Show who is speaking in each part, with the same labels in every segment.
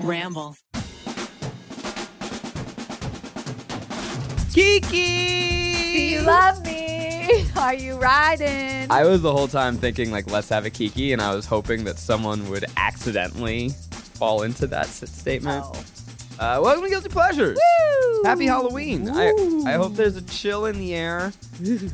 Speaker 1: Ramble.
Speaker 2: Kiki!
Speaker 3: Do you love me? Are you riding?
Speaker 2: I was the whole time thinking, like, let's have a Kiki, and I was hoping that someone would accidentally fall into that s- statement.
Speaker 3: Oh.
Speaker 2: Uh, welcome to Guilty Pleasures! Happy Halloween! I, I hope there's a chill in the air.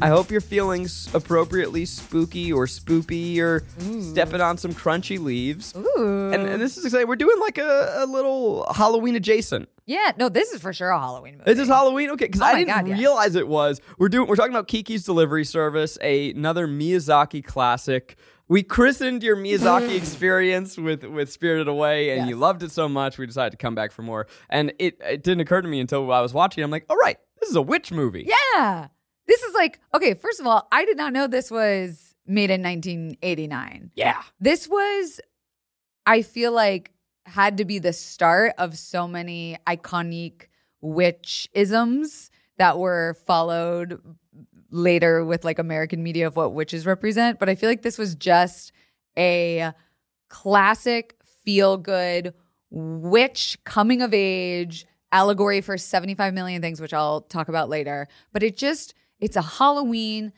Speaker 2: I hope you're feeling s- appropriately spooky or spoopy or stepping on some crunchy leaves.
Speaker 3: Ooh.
Speaker 2: And, and this is exciting. We're doing like a, a little Halloween adjacent.
Speaker 3: yeah, no, this is for sure a Halloween movie.
Speaker 2: Is this Halloween? Okay, because
Speaker 3: Oh
Speaker 2: I
Speaker 3: my
Speaker 2: didn't
Speaker 3: God, yes.
Speaker 2: realize it was. We're doing. We're talking about Kiki's Delivery Service, a, another Miyazaki classic. We christened your Miyazaki experience with with Spirited Away, and you
Speaker 3: Yes.
Speaker 2: loved it so much. We decided to come back for more, and it it didn't occur to me until I was watching. I'm like, oh right, this is a witch movie.
Speaker 3: Yeah. This is like, okay, first of all, I did not know this was made in 1989.
Speaker 2: yeah.
Speaker 3: This was, I feel like, had to be the start of so many iconic witch isms that were followed later with like American media of what witches represent. But I feel like this was just a classic feel good witch coming of age allegory for 75 million things, which I'll talk about later. But it just, it's a Halloween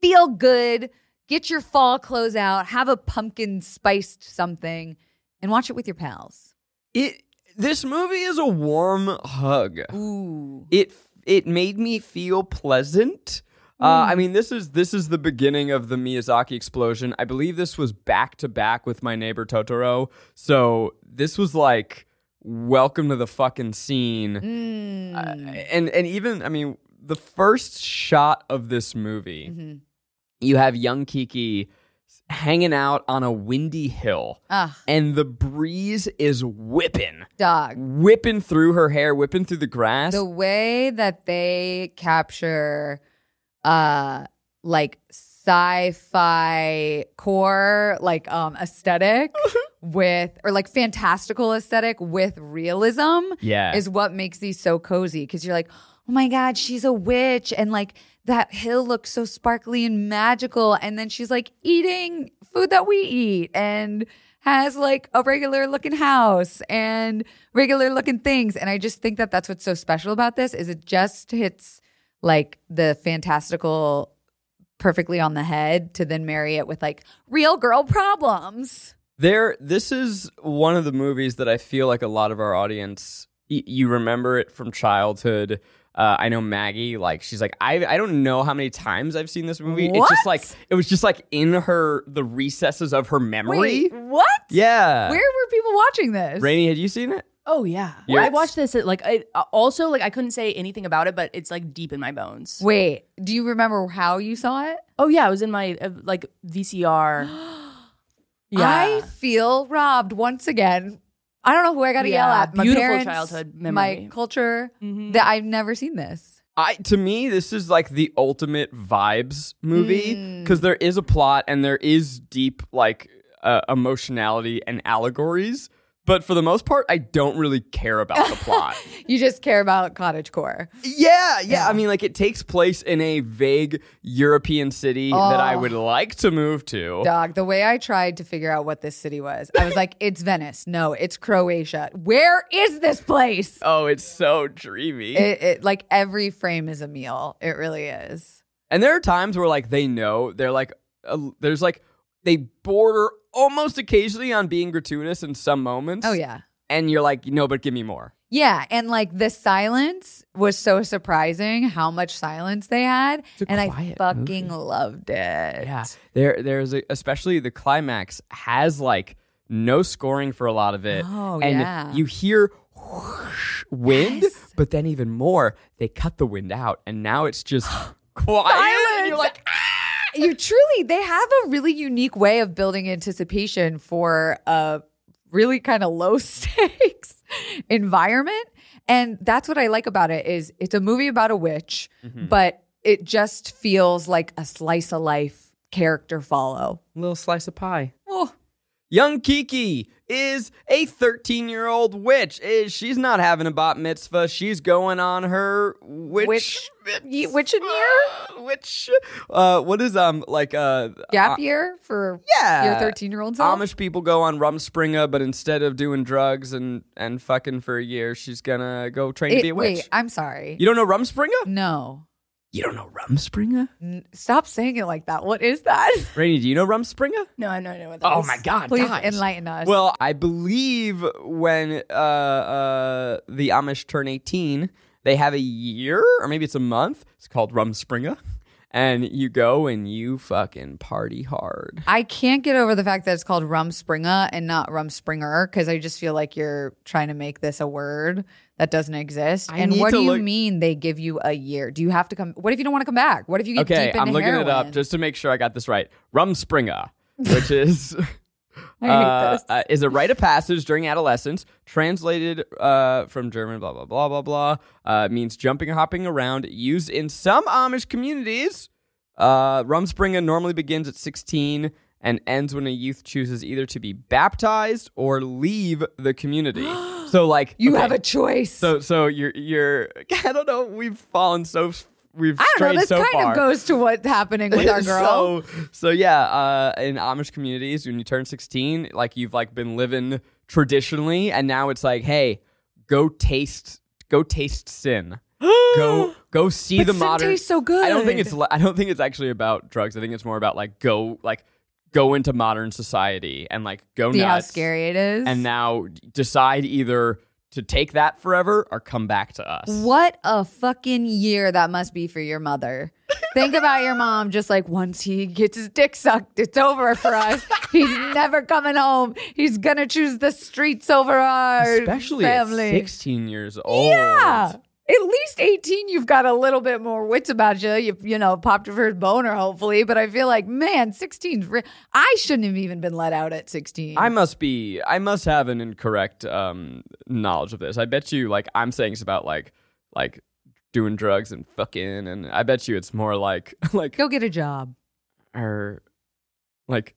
Speaker 3: feel good, get your fall clothes out, have a pumpkin spiced something, and watch it with your pals.
Speaker 2: It this movie is a warm hug.
Speaker 3: Ooh.
Speaker 2: it it made me feel pleasant. Uh,
Speaker 3: Hmm.
Speaker 2: I mean, this is this is the beginning of the Miyazaki explosion. I believe this was back to back with my neighbor Totoro, so this was like welcome to the fucking scene.
Speaker 3: Mm.
Speaker 2: Uh, and and even I mean, the first shot of this movie,
Speaker 3: Mhm.
Speaker 2: you have young Kiki hanging out on a windy hill,
Speaker 3: Ah,
Speaker 2: and the breeze is whipping,
Speaker 3: dog.
Speaker 2: whipping through her hair, whipping through the grass.
Speaker 3: The way that they capture uh like sci-fi core like um aesthetic with or like fantastical aesthetic with realism
Speaker 2: yeah,
Speaker 3: is what makes these so cozy because you're like, oh my God, she's a witch. And like that hill looks so sparkly and magical. And then she's like eating food that we eat and has like a regular looking house and regular looking things. And I just think that that's what's so special about this is it just hits like the fantastical perfectly on the head to then marry it with like real girl problems.
Speaker 2: There, this is one of the movies that I feel like a lot of our audience y- you remember it from childhood. Uh, I know Maggie, like she's like I I don't know how many times I've seen this movie. It's just
Speaker 3: What?
Speaker 2: like it was just like in her the recesses of her memory.
Speaker 3: Wait, what?
Speaker 2: Yeah,
Speaker 3: Where were people watching this?
Speaker 2: Rainey, had you seen it?
Speaker 4: Oh yeah,
Speaker 2: You're-
Speaker 4: I watched this. At, like I uh, also like I couldn't say anything about it, but it's like deep in my bones.
Speaker 3: Wait, do you remember how you saw it?
Speaker 4: Oh yeah, it was in my uh, like VCR.
Speaker 3: I feel robbed once again. I don't know who I got to yell
Speaker 4: Yeah,
Speaker 3: at. My
Speaker 4: beautiful
Speaker 3: parents,
Speaker 4: childhood
Speaker 3: my
Speaker 4: memory.
Speaker 3: culture.
Speaker 4: Mhm.
Speaker 3: That I've never seen this.
Speaker 2: I to me this is like the ultimate vibes
Speaker 3: Hmm.
Speaker 2: movie because there is a plot and there is deep like uh, emotionality and allegories. But for the most part, I don't really care about the plot.
Speaker 3: You just care about cottage core.
Speaker 2: Yeah, yeah, I mean, like it takes place in a vague European city that I
Speaker 3: Oh.
Speaker 2: would like to move to.
Speaker 3: Dog, the way I tried to figure out what this city was, I was like, it's Venice. No, it's Croatia. Where is this place?
Speaker 2: Oh, it's so dreamy.
Speaker 3: It, it, like every frame is a meal. It really is.
Speaker 2: and there are times where, like, they know they're like, uh, there's like, they border almost occasionally on being gratuitous in some moments.
Speaker 3: Oh, yeah.
Speaker 2: And you're like, no, but give me more.
Speaker 3: Yeah, and like the silence was so surprising how much silence they had,
Speaker 2: It's a
Speaker 3: and I
Speaker 2: quiet
Speaker 3: fucking loved it.
Speaker 2: Yeah. There, there's a, especially the climax has like no scoring for a lot of it.
Speaker 3: Oh,
Speaker 2: and
Speaker 3: yeah.
Speaker 2: you hear whoosh wind, but then even more, they cut the wind out and now it's just quiet. And you're like, "Ah!"
Speaker 3: you truly they have a really unique way of building anticipation for a really kind of low stakes environment and that's what i like about it is it's a movie about a witch
Speaker 2: Mm-hmm.
Speaker 3: but it just feels like a slice of life character follow
Speaker 2: little slice of pie.
Speaker 3: oh
Speaker 2: Young Kiki is a 13 year old witch. Is she's not having a bat mitzvah. She's going on her witch
Speaker 3: Witch- Ye-
Speaker 2: mitzvah.
Speaker 3: witching year?
Speaker 2: Witch. Uh, what is um like uh
Speaker 3: Gap
Speaker 2: uh,
Speaker 3: year for
Speaker 2: yeah
Speaker 3: your 13 year old self?
Speaker 2: Amish people go on Rumspringa, but instead of doing drugs and and fucking for a year, she's gonna go train to
Speaker 3: It-
Speaker 2: be a witch.
Speaker 3: wait, I'm sorry.
Speaker 2: you don't know Rumspringa?
Speaker 3: no.
Speaker 2: You don't know Rumspringa?
Speaker 3: N- Stop saying it like that. What is that?
Speaker 2: Rainy, do you know Rumspringa?
Speaker 4: No, I know, I know what that
Speaker 2: Oh
Speaker 4: is.
Speaker 2: my god,
Speaker 3: Please
Speaker 2: guys.
Speaker 3: enlighten us.
Speaker 2: Well, I believe when uh, uh, the Amish turn 18, they have a year or maybe it's a month. It's called Rumspringa. And you go and you fucking party hard.
Speaker 3: I can't get over the fact that it's called Rum Springer and not Rum Springer because I just feel like you're trying to make this a word that doesn't exist.
Speaker 2: I
Speaker 3: and
Speaker 2: need
Speaker 3: what
Speaker 2: to
Speaker 3: do
Speaker 2: look-
Speaker 3: you mean they give you a year? Do you have to come? What if you don't want to come back? What if you get
Speaker 2: Okay,
Speaker 3: deep into
Speaker 2: I'm looking
Speaker 3: heroin?
Speaker 2: it up just to make sure I got this right. Rumspringa, which is
Speaker 3: I hate
Speaker 2: uh,
Speaker 3: this.
Speaker 2: uh, is a rite of passage during adolescence, translated uh, from German, blah, blah, blah, blah, blah. Uh, means jumping, hopping around, used in some Amish communities. Uh, Rumspringa normally begins at 16 and ends when a youth chooses either to be baptized or leave the community. so, like,
Speaker 3: you
Speaker 2: okay,
Speaker 3: have a choice.
Speaker 2: So, so you're, you're, I don't know, we've fallen so, we've
Speaker 3: I don't
Speaker 2: strayed
Speaker 3: know. This
Speaker 2: so
Speaker 3: kind
Speaker 2: far.
Speaker 3: of goes to what's happening with our girl.
Speaker 2: So, so yeah, uh, in Amish communities, when you turn 16, like you've like been living traditionally, and now it's like, hey, go taste, go taste sin, go go see
Speaker 3: But
Speaker 2: the
Speaker 3: sin
Speaker 2: modern.
Speaker 3: tastes so good.
Speaker 2: I don't think it's. li- I don't think it's actually about drugs. I think it's more about like go like go into modern society and like go
Speaker 3: See how
Speaker 2: nuts.
Speaker 3: scary it is.
Speaker 2: And now decide either to take that forever or come back to us.
Speaker 3: What a fucking year that must be for your mother. Think about your mom just like once he gets his dick sucked, it's over for us. He's never coming home. He's gonna choose the streets over our
Speaker 2: Especially
Speaker 3: family.
Speaker 2: at 16 years old.
Speaker 3: Yeah. At least 18, you've got a little bit more wits about you. You, you know, popped your first boner, hopefully. But I feel like, man, 16's re- I shouldn't have even been let out at 16.
Speaker 2: I must be. I must have an incorrect um, knowledge of this. I bet you, like, I'm saying it's about like, like doing drugs and fucking, and I bet you it's more like, like,
Speaker 3: Go get a job.
Speaker 2: or like,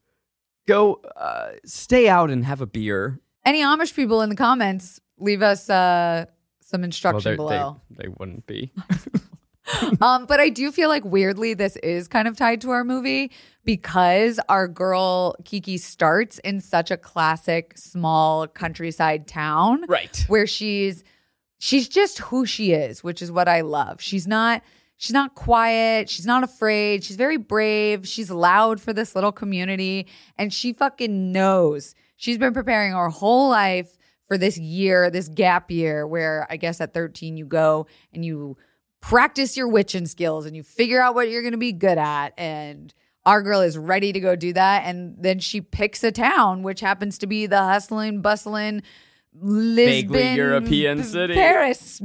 Speaker 2: go uh, stay out and have a beer.
Speaker 3: Any Amish people in the comments, leave us uh, some instruction
Speaker 2: Well, they-
Speaker 3: below.
Speaker 2: They, they wouldn't be.
Speaker 3: um, but I do feel like weirdly this is kind of tied to our movie because our girl Kiki starts in such a classic small countryside town
Speaker 2: right.
Speaker 3: where she's she's just who she is, which is what I love. She's not she's not quiet, she's not afraid, she's very brave, she's loud for this little community and she fucking knows. She's been preparing her whole life for this year, this gap year where I guess at 13 you go and you practice your witching skills and you figure out what you're going to be good at and our girl is ready to go do that and then she picks a town which happens to be the hustling bustling Lisbon,
Speaker 2: European
Speaker 3: P-
Speaker 2: city.
Speaker 3: Paris,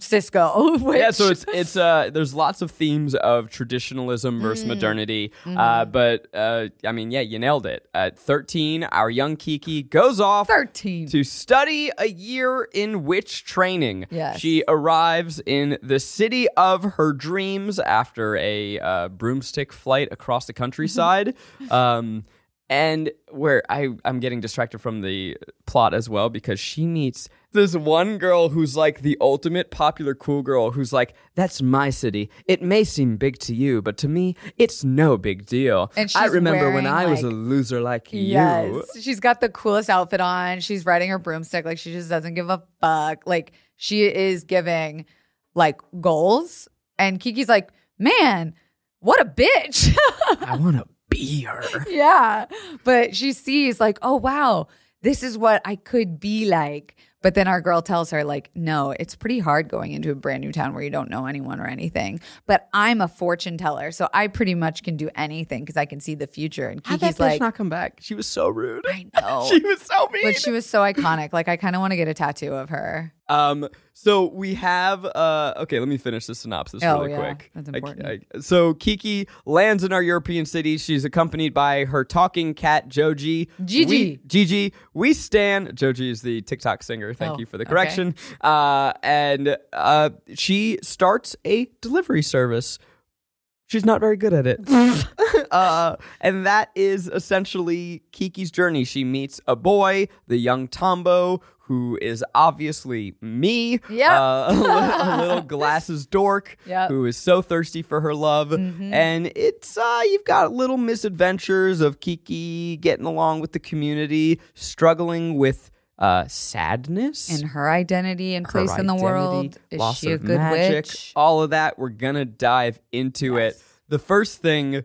Speaker 3: Cisco. Which,
Speaker 2: yeah, so it's it's uh there's lots of themes of traditionalism versus modernity. Uh but uh I mean yeah, you nailed it. At 13, our young Kiki goes off
Speaker 3: 13.
Speaker 2: to study a year in witch training.
Speaker 3: Yes.
Speaker 2: She arrives in the city of her dreams after a uh, broomstick flight across the countryside. um, and where I, I'm getting distracted from the plot as well because she meets this one girl who's like the ultimate popular cool girl who's like, That's my city. It may seem big to you, but to me, it's no big deal.
Speaker 3: And
Speaker 2: I
Speaker 3: she's
Speaker 2: remember when
Speaker 3: wearing,
Speaker 2: I was a
Speaker 3: like-
Speaker 2: loser like you.
Speaker 3: Yes. She's got the coolest outfit on. She's riding her broomstick. Like, she just doesn't give a fuck. Like, she is giving, like, goals. And Kiki's like, man, what a bitch.
Speaker 2: I want to be her.
Speaker 3: yeah. But she sees, like, oh, wow, this is what I could be like. But then our girl tells her, like, no, it's pretty hard going into a brand new town where you don't know anyone or anything. But I'm a fortune teller. So I pretty much can do anything because I can see the future. And
Speaker 2: How
Speaker 3: Kiki's like,
Speaker 2: not come back? She was so rude.
Speaker 3: I know.
Speaker 2: she was so mean.
Speaker 3: but she was so iconic. Like, I kind of want to get a tattoo of her.
Speaker 2: um, so we have. Uh, okay, let me finish the synopsis
Speaker 3: Oh,
Speaker 2: really
Speaker 3: yeah.
Speaker 2: quick.
Speaker 3: That's
Speaker 2: I-
Speaker 3: important.
Speaker 2: I- so Kiki lands in our European city. She's accompanied by her talking cat Joji.
Speaker 3: Gigi.
Speaker 2: We, Gigi. We stand. Joji is the TikTok singer. Thank
Speaker 3: Oh,
Speaker 2: you for the
Speaker 3: okay.
Speaker 2: correction. Uh, and uh, she starts a delivery service. She's not very good at it. uh, and that is essentially Kiki's journey. She meets a boy, the young Tombo, who is obviously me,
Speaker 3: Yep.
Speaker 2: uh, a, little, a little glasses dork
Speaker 3: Yep. Mm-hmm.
Speaker 2: who is so thirsty for her love. And it's uh, you've got little misadventures of Kiki getting along with the community, struggling with uh, sadness
Speaker 3: and her identity and
Speaker 2: her
Speaker 3: place in the
Speaker 2: identity,
Speaker 3: world. Is
Speaker 2: loss
Speaker 3: she a
Speaker 2: of
Speaker 3: good
Speaker 2: magic,
Speaker 3: witch?
Speaker 2: All of that, we're gonna dive into it. The first thing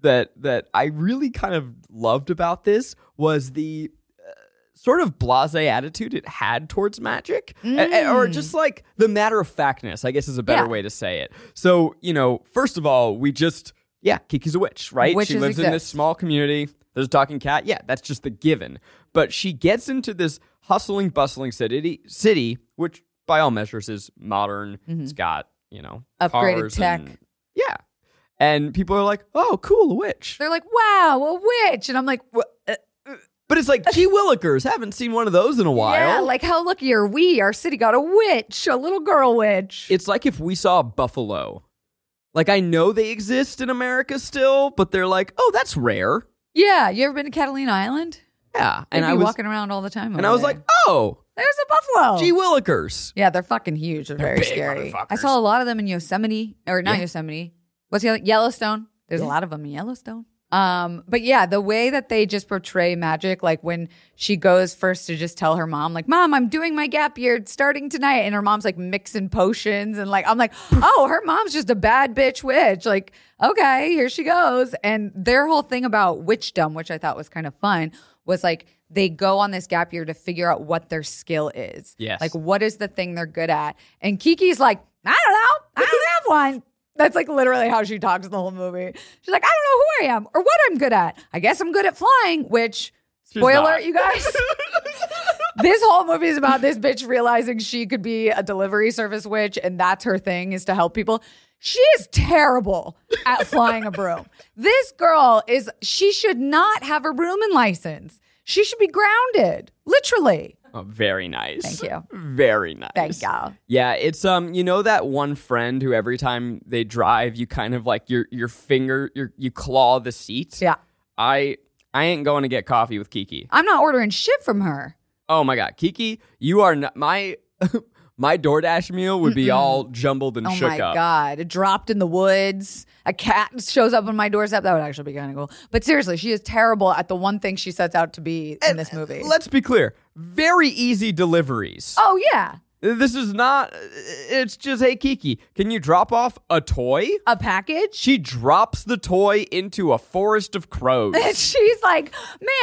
Speaker 2: that that I really kind of loved about this was the uh, sort of blasé attitude it had towards magic A- a- or just like the matter of factness i guess is a better
Speaker 3: Mm. Yeah.
Speaker 2: way to say it so you know first of all we just yeah kiki's a witch right she
Speaker 3: Witches
Speaker 2: lives in this
Speaker 3: exist.
Speaker 2: small community there's a talking cat yeah that's just the given but she gets into this hustling bustling city city which by all measures is modern it's got you know
Speaker 3: Mm-hmm. Upgraded
Speaker 2: cars
Speaker 3: tech.
Speaker 2: and- yeah and people are like oh cool a witch
Speaker 3: They're like, wow, a witch, and I'm like, "Wha- uh,
Speaker 2: but it's like gee willikers haven't seen one of those in a while
Speaker 3: yeah, like how lucky are we? Our city got a witch, a little girl witch.
Speaker 2: It's like if we saw a buffalo. Like I know they exist in America still, but they're like, oh, that's rare.
Speaker 3: yeah, you ever been to Catalina Island?
Speaker 2: Yeah, and
Speaker 3: And be
Speaker 2: I was
Speaker 3: walking around all the time.
Speaker 2: and
Speaker 3: over
Speaker 2: I was
Speaker 3: there. Oh.
Speaker 2: like, oh,
Speaker 3: there's a buffalo.
Speaker 2: gee willikers.
Speaker 3: yeah, they're fucking huge. They're, very
Speaker 2: big
Speaker 3: scary. I
Speaker 2: motherfuckers.
Speaker 3: saw a lot of them in Yosemite, or not
Speaker 2: Yeah.
Speaker 3: Yosemite. What's the other? Yellowstone? There's a lot of them in Yellowstone. Um, but yeah, the way that they just portray magic, like when she goes first to just tell her mom, like, "Mom, I'm doing my gap year starting tonight," and her mom's like mixing potions, and like, I'm like, "Oh, her mom's just a bad bitch witch." Like, okay, here she goes. And their whole thing about witchdom, which I thought was kind of fun, was like they go on this gap year to figure out what their skill is.
Speaker 2: Yes.
Speaker 3: Like, what is the thing they're good at? And Kiki's like, I don't know. I don't have one. That's like literally how she talks in the whole movie. She's like, I don't know who I am or what I'm good at. I guess I'm good at flying, which,
Speaker 2: She's
Speaker 3: spoiler,
Speaker 2: not.
Speaker 3: you guys. this whole movie is about this bitch realizing she could be a delivery service witch and that's her thing is to help people. She is terrible at flying a broom. This girl is, she should not have a brooming license. She should be grounded, literally.
Speaker 2: Oh, very nice.
Speaker 3: Thank you.
Speaker 2: Very nice.
Speaker 3: Thank y'all.
Speaker 2: Yeah, it's um, you know that one friend who every time they drive, you kind of like your your finger, your you claw the seat.
Speaker 3: Yeah.
Speaker 2: I I ain't going to get coffee with Kiki.
Speaker 3: I'm not ordering shit from her.
Speaker 2: Oh my god, Kiki, you are not my my DoorDash meal would be all jumbled and
Speaker 3: Oh
Speaker 2: shook
Speaker 3: my
Speaker 2: up.
Speaker 3: god! It dropped in the woods. A cat shows up on my doorstep. That would actually be kind of cool. But seriously, she is terrible at the one thing she sets out to be in this movie.
Speaker 2: Let's be clear. Very easy deliveries.
Speaker 3: oh yeah,
Speaker 2: This is not it's just hey Kiki, can you drop off a toy?
Speaker 3: a package.
Speaker 2: She drops the toy into a forest of crows.
Speaker 3: And she's like,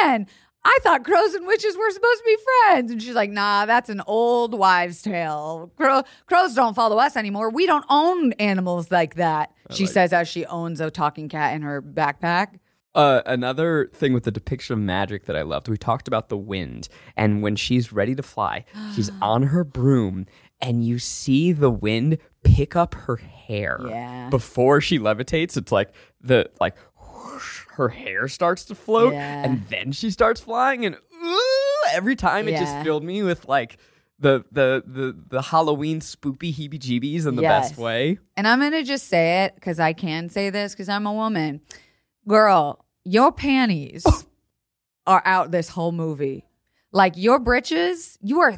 Speaker 3: man. I thought crows and witches were supposed to be friends. And she's like, nah, that's an old wives' tale. Crow- crows don't follow us anymore. We don't own animals like that. she says as she owns a talking cat in her backpack.
Speaker 2: Uh, another thing with the depiction of magic that I loved, we talked about the wind, and when she's ready to fly, she's on her broom, and you see the wind pick up her hair.
Speaker 3: Yeah.
Speaker 2: Before she levitates, it's like the like whoosh, her hair starts to float,
Speaker 3: Yeah.
Speaker 2: and then she starts flying, and ooh, every time it just
Speaker 3: Yeah.
Speaker 2: filled me with like the the the the Halloween spoopy heebie-jeebies in the best
Speaker 3: Yes.
Speaker 2: way.
Speaker 3: and I'm gonna just say it because I can say this because I'm a woman. Girl, your panties are out this whole movie. Like your britches, you are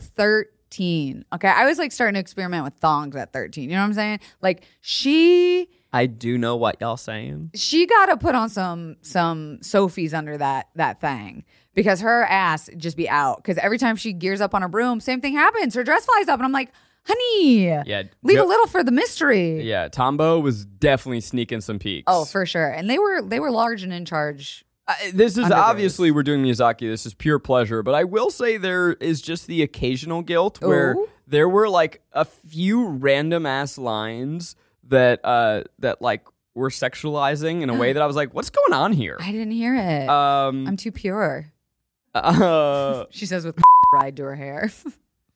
Speaker 3: 13. Okay. I was like starting to experiment with thongs at 13. You know what I'm saying? Like she
Speaker 2: I do know what y'all saying.
Speaker 3: she gotta put on some some Sophies under that that thing because her ass just be out. Cause every time she gears up on her broom, same thing happens. Her dress flies up and I'm like, honey,
Speaker 2: Yeah.
Speaker 3: leave
Speaker 2: go-
Speaker 3: a little for the mystery.
Speaker 2: Yeah, Tombo was definitely sneaking some peeks.
Speaker 3: Oh, for sure. And they were they were large and in charge.
Speaker 2: Uh, this is
Speaker 3: Underoos.
Speaker 2: obviously we're doing Miyazaki. This is pure pleasure, but I will say there is just the occasional guilt where
Speaker 3: Ooh.
Speaker 2: there were like a few random ass lines that uh that like were sexualizing in a way that I was like, what's going on here?
Speaker 3: I didn't hear it.
Speaker 2: Um,
Speaker 3: I'm too pure.
Speaker 2: uh,
Speaker 3: She says with ride to her hair.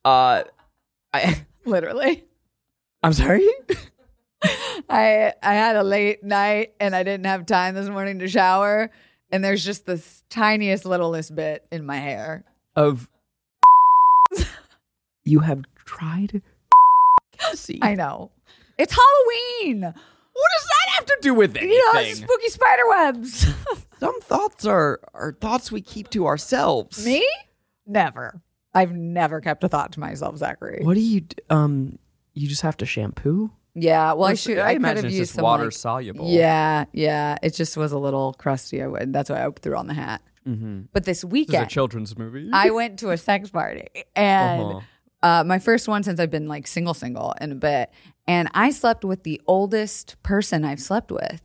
Speaker 2: uh, I,
Speaker 3: Literally.
Speaker 2: I'm sorry.
Speaker 3: I I had a late night and I didn't have time this morning to shower. And there's just this tiniest littlest bit in my hair.
Speaker 2: Of you have tried. Kelsey.
Speaker 3: I know. It's Halloween. What does that
Speaker 2: have to do with
Speaker 3: You know,
Speaker 2: anything.
Speaker 3: spooky spider webs.
Speaker 1: Some thoughts are are thoughts we keep to ourselves.
Speaker 3: Me? Never. I've never kept a thought to myself, Zachary.
Speaker 1: What do you d- um? You just have to shampoo.
Speaker 3: Yeah. Well, I
Speaker 2: It's-
Speaker 3: should.
Speaker 2: I
Speaker 3: I, could
Speaker 2: imagine
Speaker 3: have
Speaker 2: it's
Speaker 3: used
Speaker 2: just
Speaker 3: some
Speaker 2: water
Speaker 3: like-
Speaker 2: soluble.
Speaker 3: Yeah, yeah. It just was a little crusty. I would. That's why I threw on the hat.
Speaker 1: Mm-hmm.
Speaker 3: But this
Speaker 2: This
Speaker 3: weekend,
Speaker 2: is a children's movie. Uh-huh.
Speaker 3: I went to a sex party and uh my first one since I've been like single, single in a bit. And I slept with the oldest person I've slept with.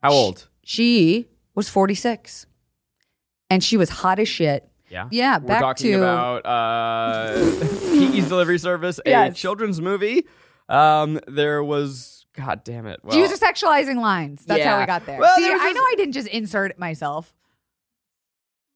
Speaker 2: How old?
Speaker 3: She was 46 and she was hot as shit.
Speaker 2: Yeah.
Speaker 3: Yeah,
Speaker 2: We're
Speaker 3: back
Speaker 2: talking
Speaker 3: to-
Speaker 2: about uh, Kiki's Delivery Service, a
Speaker 3: Yes.
Speaker 2: children's movie. Um, there was, God damn it. Well,
Speaker 3: she was just sexualizing lines. That's how
Speaker 2: Yeah.
Speaker 3: we got there.
Speaker 2: Well,
Speaker 3: See,
Speaker 2: there was
Speaker 3: I
Speaker 2: this-
Speaker 3: know I didn't just insert myself.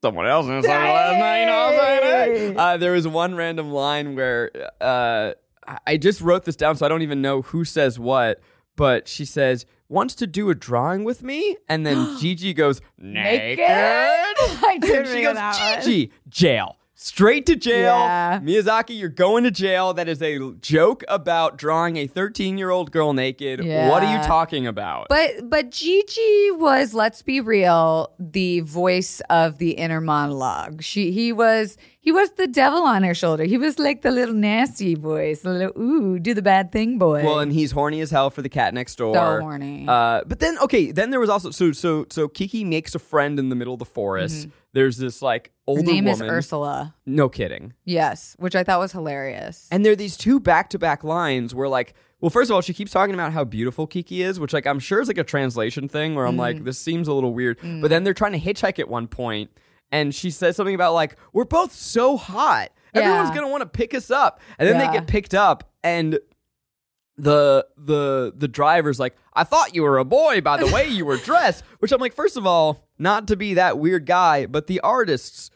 Speaker 2: someone else and it's like last night, you know what I'm saying?
Speaker 3: Hey!
Speaker 2: Uh, there was one random line where uh, I- I just wrote this down, so I don't even know who says what, but she says, wants to do a drawing with me? And then Gigi goes, naked?
Speaker 3: I did
Speaker 2: And she
Speaker 3: figure
Speaker 2: goes,
Speaker 3: that one.
Speaker 2: Gigi, jail. Straight to jail.
Speaker 3: Yeah.
Speaker 2: Miyazaki, you're going to jail. That is a l- joke about drawing a 13 year old girl naked. What are you
Speaker 3: Yeah.
Speaker 2: talking about?
Speaker 3: But but Gigi was, let's be real, the voice of the inner monologue. She he was he was the devil on her shoulder. He was like the little nasty voice, the little ooh, do the bad thing boy.
Speaker 2: well, and he's horny as hell for the cat next door.
Speaker 3: horny.
Speaker 2: Uh, but then, okay, then there was also so so so Kiki makes a friend in the middle of the forest. There's this like
Speaker 3: her
Speaker 2: older
Speaker 3: Mm-hmm. name
Speaker 2: woman.
Speaker 3: is Ursula.
Speaker 2: No kidding.
Speaker 3: Yes, which I thought was hilarious.
Speaker 2: And there are these two back to back lines where, like, well, first of all, she keeps talking about how beautiful Kiki is, which, like, I'm sure is like a translation thing where I'm like,
Speaker 3: Mm.
Speaker 2: this seems a little weird. But then they're trying to hitchhike at one point, and she says something about, like, we're both so hot. Everyone's
Speaker 3: Yeah.
Speaker 2: going to want to pick us up. And then
Speaker 3: Yeah.
Speaker 2: they get picked up, and the the the driver's like i thought you were a boy by the way you were dressed which i'm like first of all not to be that weird guy but the artists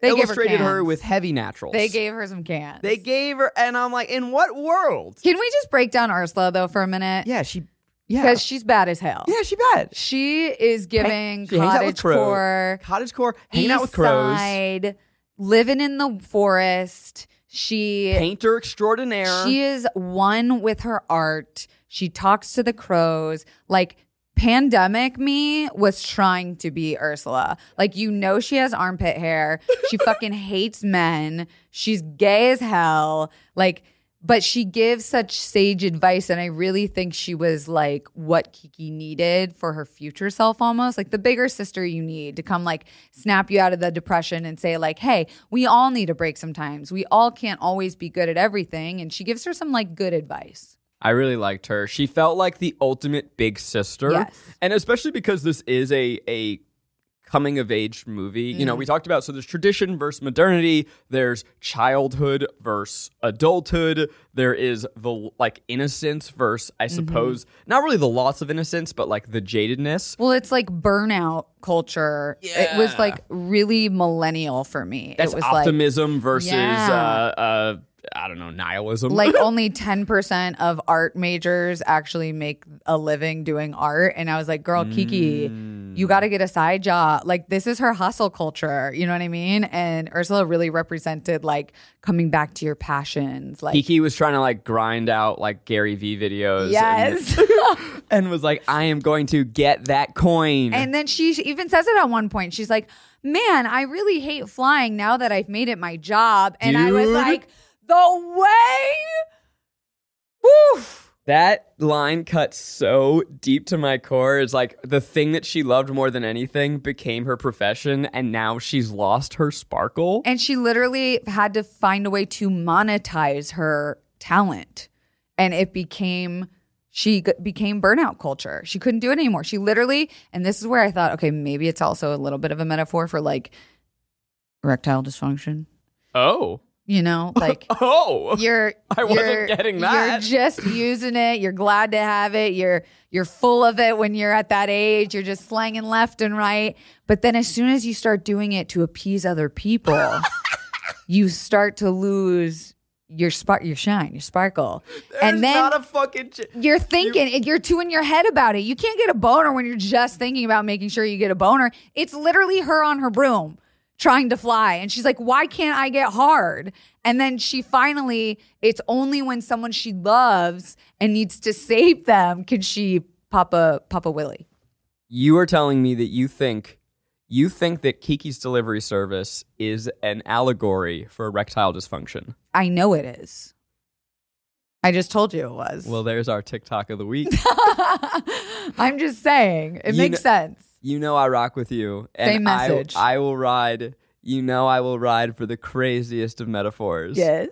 Speaker 3: they gave
Speaker 2: illustrated her,
Speaker 3: cans.
Speaker 2: with heavy naturals
Speaker 3: They gave her some cans.
Speaker 2: they gave her, and I'm like, in what world?
Speaker 3: Can we just break down Ursula though for a minute?
Speaker 2: Yeah, she. Yeah,
Speaker 3: Because she's bad as hell.
Speaker 2: yeah, she bad.
Speaker 3: She is giving
Speaker 2: She hangs out with
Speaker 3: cottage
Speaker 2: crows.
Speaker 3: core.
Speaker 2: Cottage core, hanging out with
Speaker 3: East
Speaker 2: crows.
Speaker 3: Side, living in the forest. She
Speaker 2: Painter extraordinaire.
Speaker 3: she is one with her art. She talks to the crows. Like pandemic me was trying to be Ursula. Like you know she has armpit hair. She fucking hates men. She's gay as hell. Like but she gives such sage advice and I really think she was like what Kiki needed for her future self almost. Like the bigger sister you need to come like snap you out of the depression and say like, "Hey, we all need a break sometimes. We all can't always be good at everything." And she gives her some like good advice.
Speaker 2: I really liked her. She felt like the ultimate big sister.
Speaker 3: Yes.
Speaker 2: And especially because this is a a coming of age movie. You know,
Speaker 3: Mm.
Speaker 2: we talked about so there's tradition versus modernity, there's childhood versus adulthood, there is the like innocence versus
Speaker 3: Mm-hmm.
Speaker 2: I suppose not really the loss of innocence, but like the jadedness.
Speaker 3: Well, it's like burnout culture. It was like really millennial for me.
Speaker 2: That's
Speaker 3: it was
Speaker 2: optimism versus
Speaker 3: Yeah.
Speaker 2: uh, uh, I don't know nihilism.
Speaker 3: like like only 10% of art majors actually make a living doing art and I was like, "Girl, Kiki, you got to
Speaker 2: Mm.
Speaker 3: get a side job. Like this is her hustle culture, you know what I mean?" And Ursula really represented like coming back to your passions, like
Speaker 2: Kiki was trying to like grind out like Gary Vee videos.
Speaker 3: Yes.
Speaker 2: And, and was like, I am going to get that coin.
Speaker 3: And then she even says it at one point. She's like, "Man, I really hate flying now that I've made it my job." And I was
Speaker 2: Dude.
Speaker 3: like, "The way, woof."
Speaker 2: that line cut so deep to my core. It's like the thing that she loved more than anything became her profession, and now she's lost her sparkle.
Speaker 3: And she literally had to find a way to monetize her talent, and it became she g- became burnout culture. She couldn't do it anymore. She literally, and this is where I thought, okay, maybe it's also a little bit of a metaphor for like erectile dysfunction.
Speaker 2: oh.
Speaker 3: You know, like
Speaker 2: Oh.
Speaker 3: you're
Speaker 2: I wasn't
Speaker 3: you're-
Speaker 2: getting that.
Speaker 3: You're just using it. You're glad to have it. You're you're full of it when you're at that age. You're just slanging left and right. But then as soon as you start doing it to appease other people, you start to lose your spark, your shine, your sparkle. and then
Speaker 2: not a fucking. Ch-
Speaker 3: you're thinking it you're too in your head about it. You can't get a boner when you're just thinking about making sure you get a boner. It's literally her on her broom trying to fly and she's like, "Why can't I get hard?" And then she finally it's only when someone she loves and needs to save them can she Papa Papa Willie.
Speaker 2: You are telling me that you think you think that Kiki's delivery service is an allegory for erectile dysfunction.
Speaker 3: I know it is. I just told you it was.
Speaker 2: Well, there's our TikTok of the week.
Speaker 3: I'm just saying it
Speaker 2: You
Speaker 3: makes sense.
Speaker 2: you know I rock with you. And
Speaker 3: Same
Speaker 2: I-
Speaker 3: message.
Speaker 2: I, will ride. You know I will ride for the craziest of metaphors.
Speaker 3: Yes.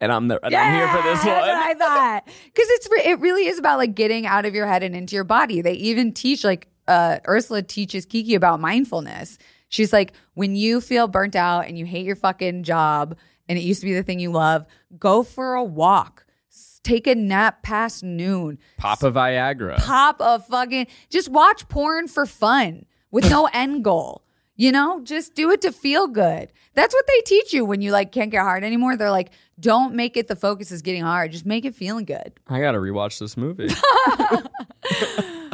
Speaker 2: And I'm the, and I'm here for this
Speaker 3: Yeah,
Speaker 2: one.
Speaker 3: that's what I thought because it's re- it really is about like getting out of your head and into your body. They even teach like uh, Ursula teaches Kiki about mindfulness. She's like, when you feel burnt out and you hate your fucking job and it used to be the thing you love, go for a walk, S- take a nap past noon,
Speaker 2: Pop a Viagra.
Speaker 3: pop a fucking just watch porn for fun with no end goal. You know, just do it to feel good. That's what they teach you when you like can't get hard anymore. They're like, don't make it the focus is getting hard. Just make it feeling good.
Speaker 2: I gotta rewatch this movie.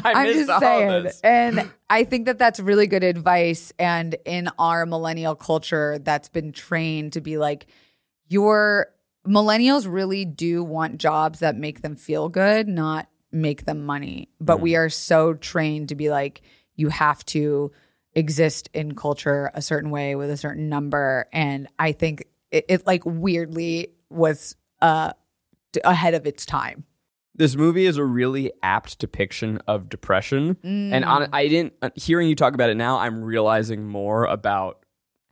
Speaker 3: I'm
Speaker 2: I missed
Speaker 3: just
Speaker 2: all
Speaker 3: saying.
Speaker 2: this.
Speaker 3: And I think that that's really good advice. And in our millennial culture, that's been trained to be like, your millennials really do want jobs that make them feel good, not make them money. But
Speaker 2: Mm.
Speaker 3: we are so trained to be like, you have to exist in culture a certain way with a certain number. And I think it, it like weirdly was uh, d- ahead of its time.
Speaker 2: This movie is a really apt depiction of depression, and on, I didn't uh, hearing you talk about it now. I'm realizing more about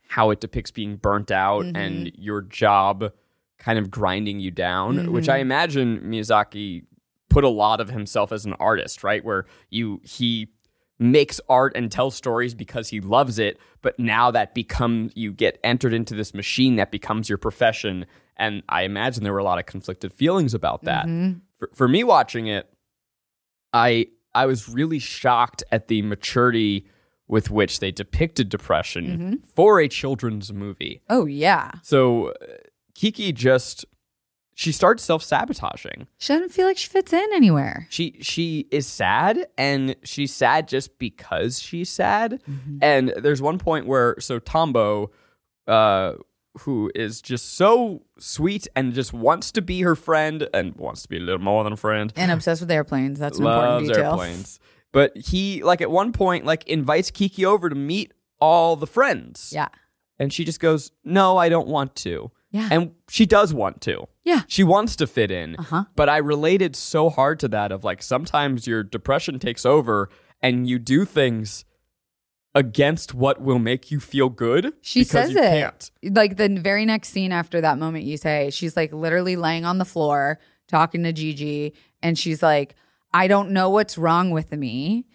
Speaker 2: how it depicts being burnt out and your job kind of grinding you down, which I imagine Miyazaki put a lot of himself as an artist, right? Where you he makes art and tells stories because he loves it, but now that becomes you get entered into this machine that becomes your profession. And I imagine there were a lot of conflicted feelings about that. For, for me watching it, I I was really shocked at the maturity with which they depicted depression for a children's movie.
Speaker 3: Oh, yeah.
Speaker 2: So uh, Kiki just she starts self-sabotaging.
Speaker 3: She doesn't feel like she fits in anywhere.
Speaker 2: She she is sad and she's sad just because she's sad. And there's one point where so Tombo uh who is just so sweet and just wants to be her friend and wants to be a little more than a friend.
Speaker 3: and obsessed with airplanes. That's an
Speaker 2: loves
Speaker 3: important detail.
Speaker 2: airplanes. But he like at one point like invites Kiki over to meet all the friends.
Speaker 3: Yeah.
Speaker 2: And she just goes, "No, I don't want to."
Speaker 3: Yeah.
Speaker 2: And she does want to.
Speaker 3: Yeah.
Speaker 2: She wants to fit in.
Speaker 3: Uh-huh.
Speaker 2: But I related so hard to that of like sometimes your depression takes over and you do things against what will make you feel good.
Speaker 3: She
Speaker 2: because
Speaker 3: says
Speaker 2: you
Speaker 3: it.
Speaker 2: Can't.
Speaker 3: Like the very next scene after that moment you say, she's like literally laying on the floor talking to Gigi and she's like, I don't know what's wrong with me.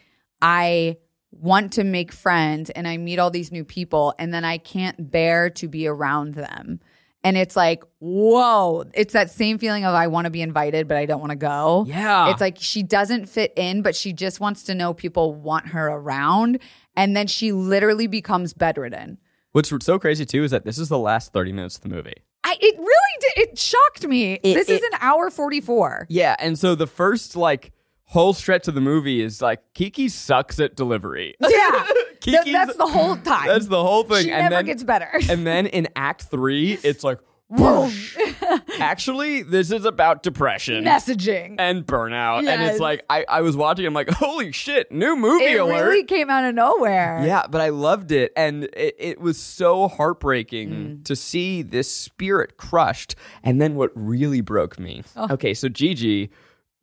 Speaker 3: I want to make friends and I meet all these new people and then I can't bear to be around them. And it's like, whoa, it's that same feeling of I want to be invited, but I don't want to go.
Speaker 2: Yeah.
Speaker 3: It's like she doesn't fit in, but she just wants to know people want her around. And then she literally becomes bedridden.
Speaker 2: What's so crazy too is that this is the last 30 minutes of the movie.
Speaker 3: I, it really did. It shocked me. this is an hour 44.
Speaker 2: Yeah, and so the first like whole stretch of the movie is like Kiki sucks at delivery.
Speaker 3: Yeah. Th-
Speaker 2: Kiki's-
Speaker 3: that's the whole time.
Speaker 2: That's the whole thing.
Speaker 3: She
Speaker 2: and
Speaker 3: never
Speaker 2: then,
Speaker 3: gets better.
Speaker 2: and then in Act Three, it's like, whoosh. Actually, this is about depression
Speaker 3: Messaging.
Speaker 2: and burnout, and it's
Speaker 3: Yes.
Speaker 2: like I, I was watching. I'm like, holy shit, new movie
Speaker 3: It
Speaker 2: alert.
Speaker 3: really came out of nowhere.
Speaker 2: Yeah, but I loved it. And it, it was so heartbreaking
Speaker 3: Mm.
Speaker 2: to see this spirit crushed. And then what really broke me. Okay, so Gigi,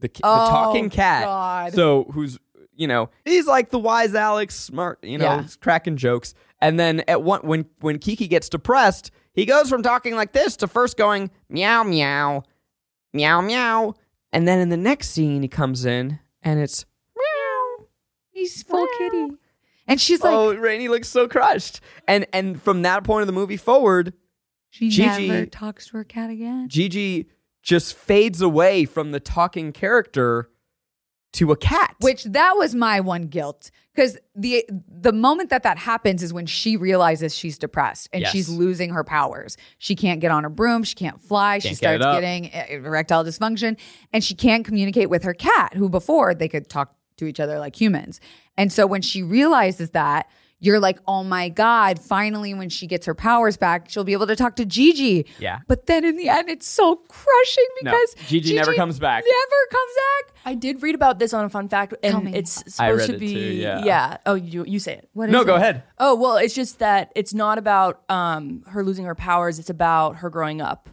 Speaker 2: the, ki- the
Speaker 3: Oh,
Speaker 2: talking cat.
Speaker 3: God.
Speaker 2: So who's, you know, he's like the wise Alex, smart, you know,
Speaker 3: Yeah.
Speaker 2: he's cracking jokes. And then at one, when, when Kiki gets depressed, he goes from talking like this to first going, meow, meow, meow, meow. And then in the next scene, he comes in and it's, meow,
Speaker 3: He's full kitty. And she's like,
Speaker 2: oh, Rainey looks so crushed. And and from that point of the movie forward,
Speaker 3: she
Speaker 2: Gigi-
Speaker 3: never talks to her cat again.
Speaker 2: Gigi just fades away from the talking character to a cat.
Speaker 3: Which that was my one guilt because the the moment that that happens is when she realizes she's depressed and
Speaker 2: Yes.
Speaker 3: she's losing her powers. She can't get on her broom. She can't fly. she
Speaker 2: Can't get it
Speaker 3: starts
Speaker 2: up.
Speaker 3: getting e- erectile dysfunction, and she can't communicate with her cat, who before they could talk to each other like humans. And so when she realizes that. you're like, oh my God, finally, when she gets her powers back, she'll be able to talk to Gigi.
Speaker 2: Yeah.
Speaker 3: But then in the end, it's so crushing
Speaker 2: No,
Speaker 3: because
Speaker 2: Gigi never comes back.
Speaker 3: Never comes back.
Speaker 4: I did read about this on a fun fact, and
Speaker 3: Tell me.
Speaker 4: it's
Speaker 2: I
Speaker 4: supposed
Speaker 2: read
Speaker 4: to
Speaker 2: it
Speaker 4: be
Speaker 2: too, yeah.
Speaker 4: Oh, you you say it.
Speaker 3: What
Speaker 2: No,
Speaker 3: is
Speaker 2: go
Speaker 3: it?
Speaker 2: ahead.
Speaker 4: Oh well, it's just that it's not about um her losing her powers. It's about her growing up.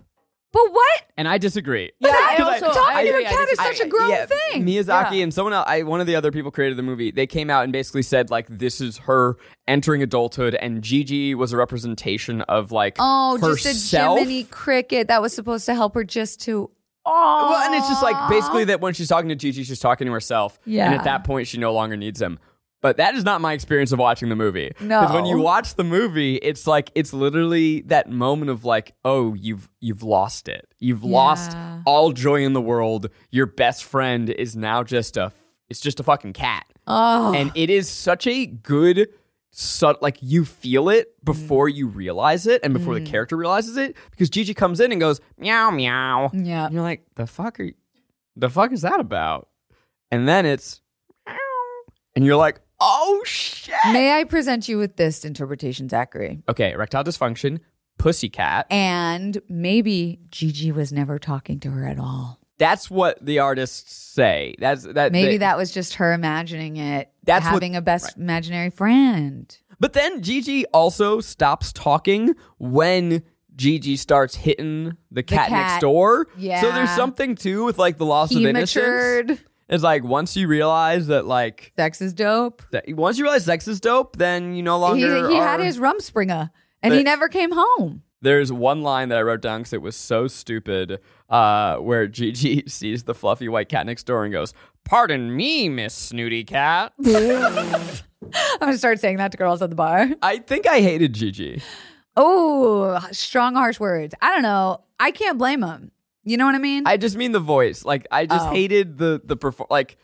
Speaker 3: But what?
Speaker 2: And I disagree.
Speaker 4: Yeah,
Speaker 2: I
Speaker 4: also-
Speaker 2: I-
Speaker 4: I
Speaker 3: Talking to
Speaker 4: agree,
Speaker 3: a
Speaker 4: I
Speaker 3: cat is
Speaker 4: disagree.
Speaker 3: such a grown
Speaker 1: Yeah,
Speaker 3: thing.
Speaker 2: Miyazaki
Speaker 4: Yeah.
Speaker 2: and someone else, I, one of the other people created the movie. They came out and basically said like this is her entering adulthood, and Gigi was a representation of like
Speaker 3: Oh, just a
Speaker 2: herself.
Speaker 3: Jiminy Cricket that was supposed to help her just to. Oh,
Speaker 2: Well, and it's just like basically that when she's talking to Gigi, she's talking to herself. And
Speaker 3: Yeah.
Speaker 2: at that point, she no longer needs him. But that is not my experience of watching the movie.
Speaker 3: No.
Speaker 2: when you watch the movie, it's like it's literally that moment of like, oh, you've you've lost it. You've lost
Speaker 3: Yeah.
Speaker 2: all joy in the world. Your best friend is now just a it's just a fucking cat.
Speaker 3: Oh,
Speaker 2: And it is such a good so, like you feel it before
Speaker 3: Mm.
Speaker 2: you realize it and before the character realizes it because Gigi comes in and goes meow meow
Speaker 3: yeah.
Speaker 2: and you're like, the fuck are you, the fuck is that about? And then it's, and you're like, oh shit.
Speaker 3: May I present you with this interpretation, Zachary?
Speaker 2: Okay, erectile dysfunction, pussycat.
Speaker 3: And maybe Gigi was never talking to her at all.
Speaker 2: That's what the artists say. That's that.
Speaker 3: Maybe
Speaker 2: they-
Speaker 3: that was just her imagining it,
Speaker 2: That's what-
Speaker 3: having a best imaginary friend.
Speaker 2: But then Gigi also stops talking when Gigi starts hitting the cat, next
Speaker 3: cat.
Speaker 2: door. So
Speaker 3: Yeah.
Speaker 2: there's something too with like the loss
Speaker 3: he
Speaker 2: of innocence.
Speaker 3: matured.
Speaker 2: It's like once you realize that like
Speaker 3: Sex is dope.
Speaker 2: that, once you realize sex is dope, then you no
Speaker 3: He,
Speaker 2: longer
Speaker 3: he had
Speaker 2: are-
Speaker 3: his rumspringa and he
Speaker 2: But-
Speaker 3: never came home.
Speaker 2: There's one line that I wrote down because it was so stupid, uh, where Gigi sees the fluffy white cat next door and goes, "Pardon me, Miss Snooty Cat."
Speaker 3: I'm going to start saying that to girls at the bar.
Speaker 2: I think I hated Gigi.
Speaker 3: Oh, strong, harsh words. I don't know. I can't blame him. You know what I mean?
Speaker 2: I just mean the voice. Like I just
Speaker 3: Oh.
Speaker 2: hated the the perfor- like.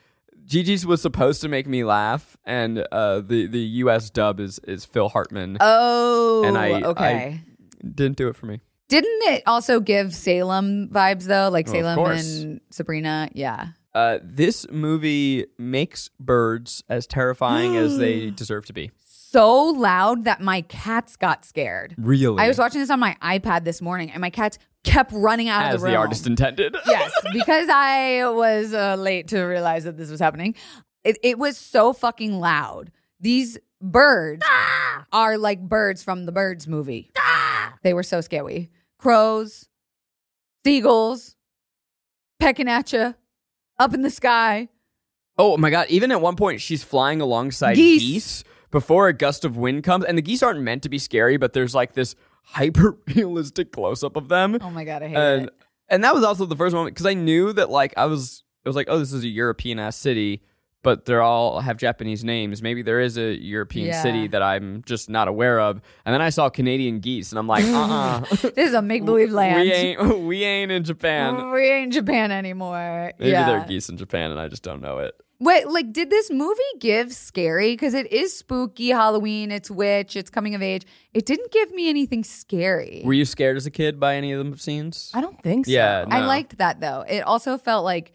Speaker 2: Gigi's was supposed to make me laugh, and uh, the the U.S. dub is is Phil Hartman.
Speaker 3: oh,
Speaker 2: And I-
Speaker 3: okay.
Speaker 2: Didn't do it for me.
Speaker 3: Didn't it also give Salem vibes though? Like
Speaker 2: Oh, Of
Speaker 3: Salem
Speaker 2: course.
Speaker 3: and Sabrina? Yeah.
Speaker 2: Uh, this movie makes birds as terrifying as they deserve to be.
Speaker 3: So loud that my cats got scared.
Speaker 2: Really,
Speaker 3: I was watching this on my iPad this morning and my cats kept running out
Speaker 2: as
Speaker 3: of the
Speaker 2: the,
Speaker 3: room.
Speaker 2: artist intended.
Speaker 3: yes, because I was uh, late to realize that this was happening. It, it was so fucking loud. These birds are like birds from the Birds movie. They were so scary. Crows, seagulls, pecking at you, up in the sky.
Speaker 2: Oh my god! Even at one point, she's flying alongside
Speaker 3: Geese.
Speaker 2: geese. before a gust of wind comes, and the geese aren't meant to be scary, but there's like this hyper realistic close up of them,
Speaker 3: Oh my god, I hate
Speaker 2: and
Speaker 3: it.
Speaker 2: and that was also the first moment because I knew that like I was it was like oh this is a European ass city, but they're all have Japanese names. Maybe there is a European
Speaker 3: Yeah.
Speaker 2: city that I'm just not aware of, and then I saw Canadian geese, and I'm like uh uh
Speaker 3: This is a make believe land.
Speaker 2: we ain't we ain't in Japan.
Speaker 3: We ain't Japan anymore.
Speaker 2: Maybe
Speaker 3: yeah.
Speaker 2: there are geese in Japan, and I just don't know it.
Speaker 3: Wait, like, did this movie give scary? Because it is spooky Halloween, it's witch, it's coming of age. It didn't give me anything scary.
Speaker 2: Were you scared as a kid by any of the scenes?
Speaker 4: I don't think so.
Speaker 2: Yeah,
Speaker 3: I
Speaker 2: no.
Speaker 3: liked that though. It also felt like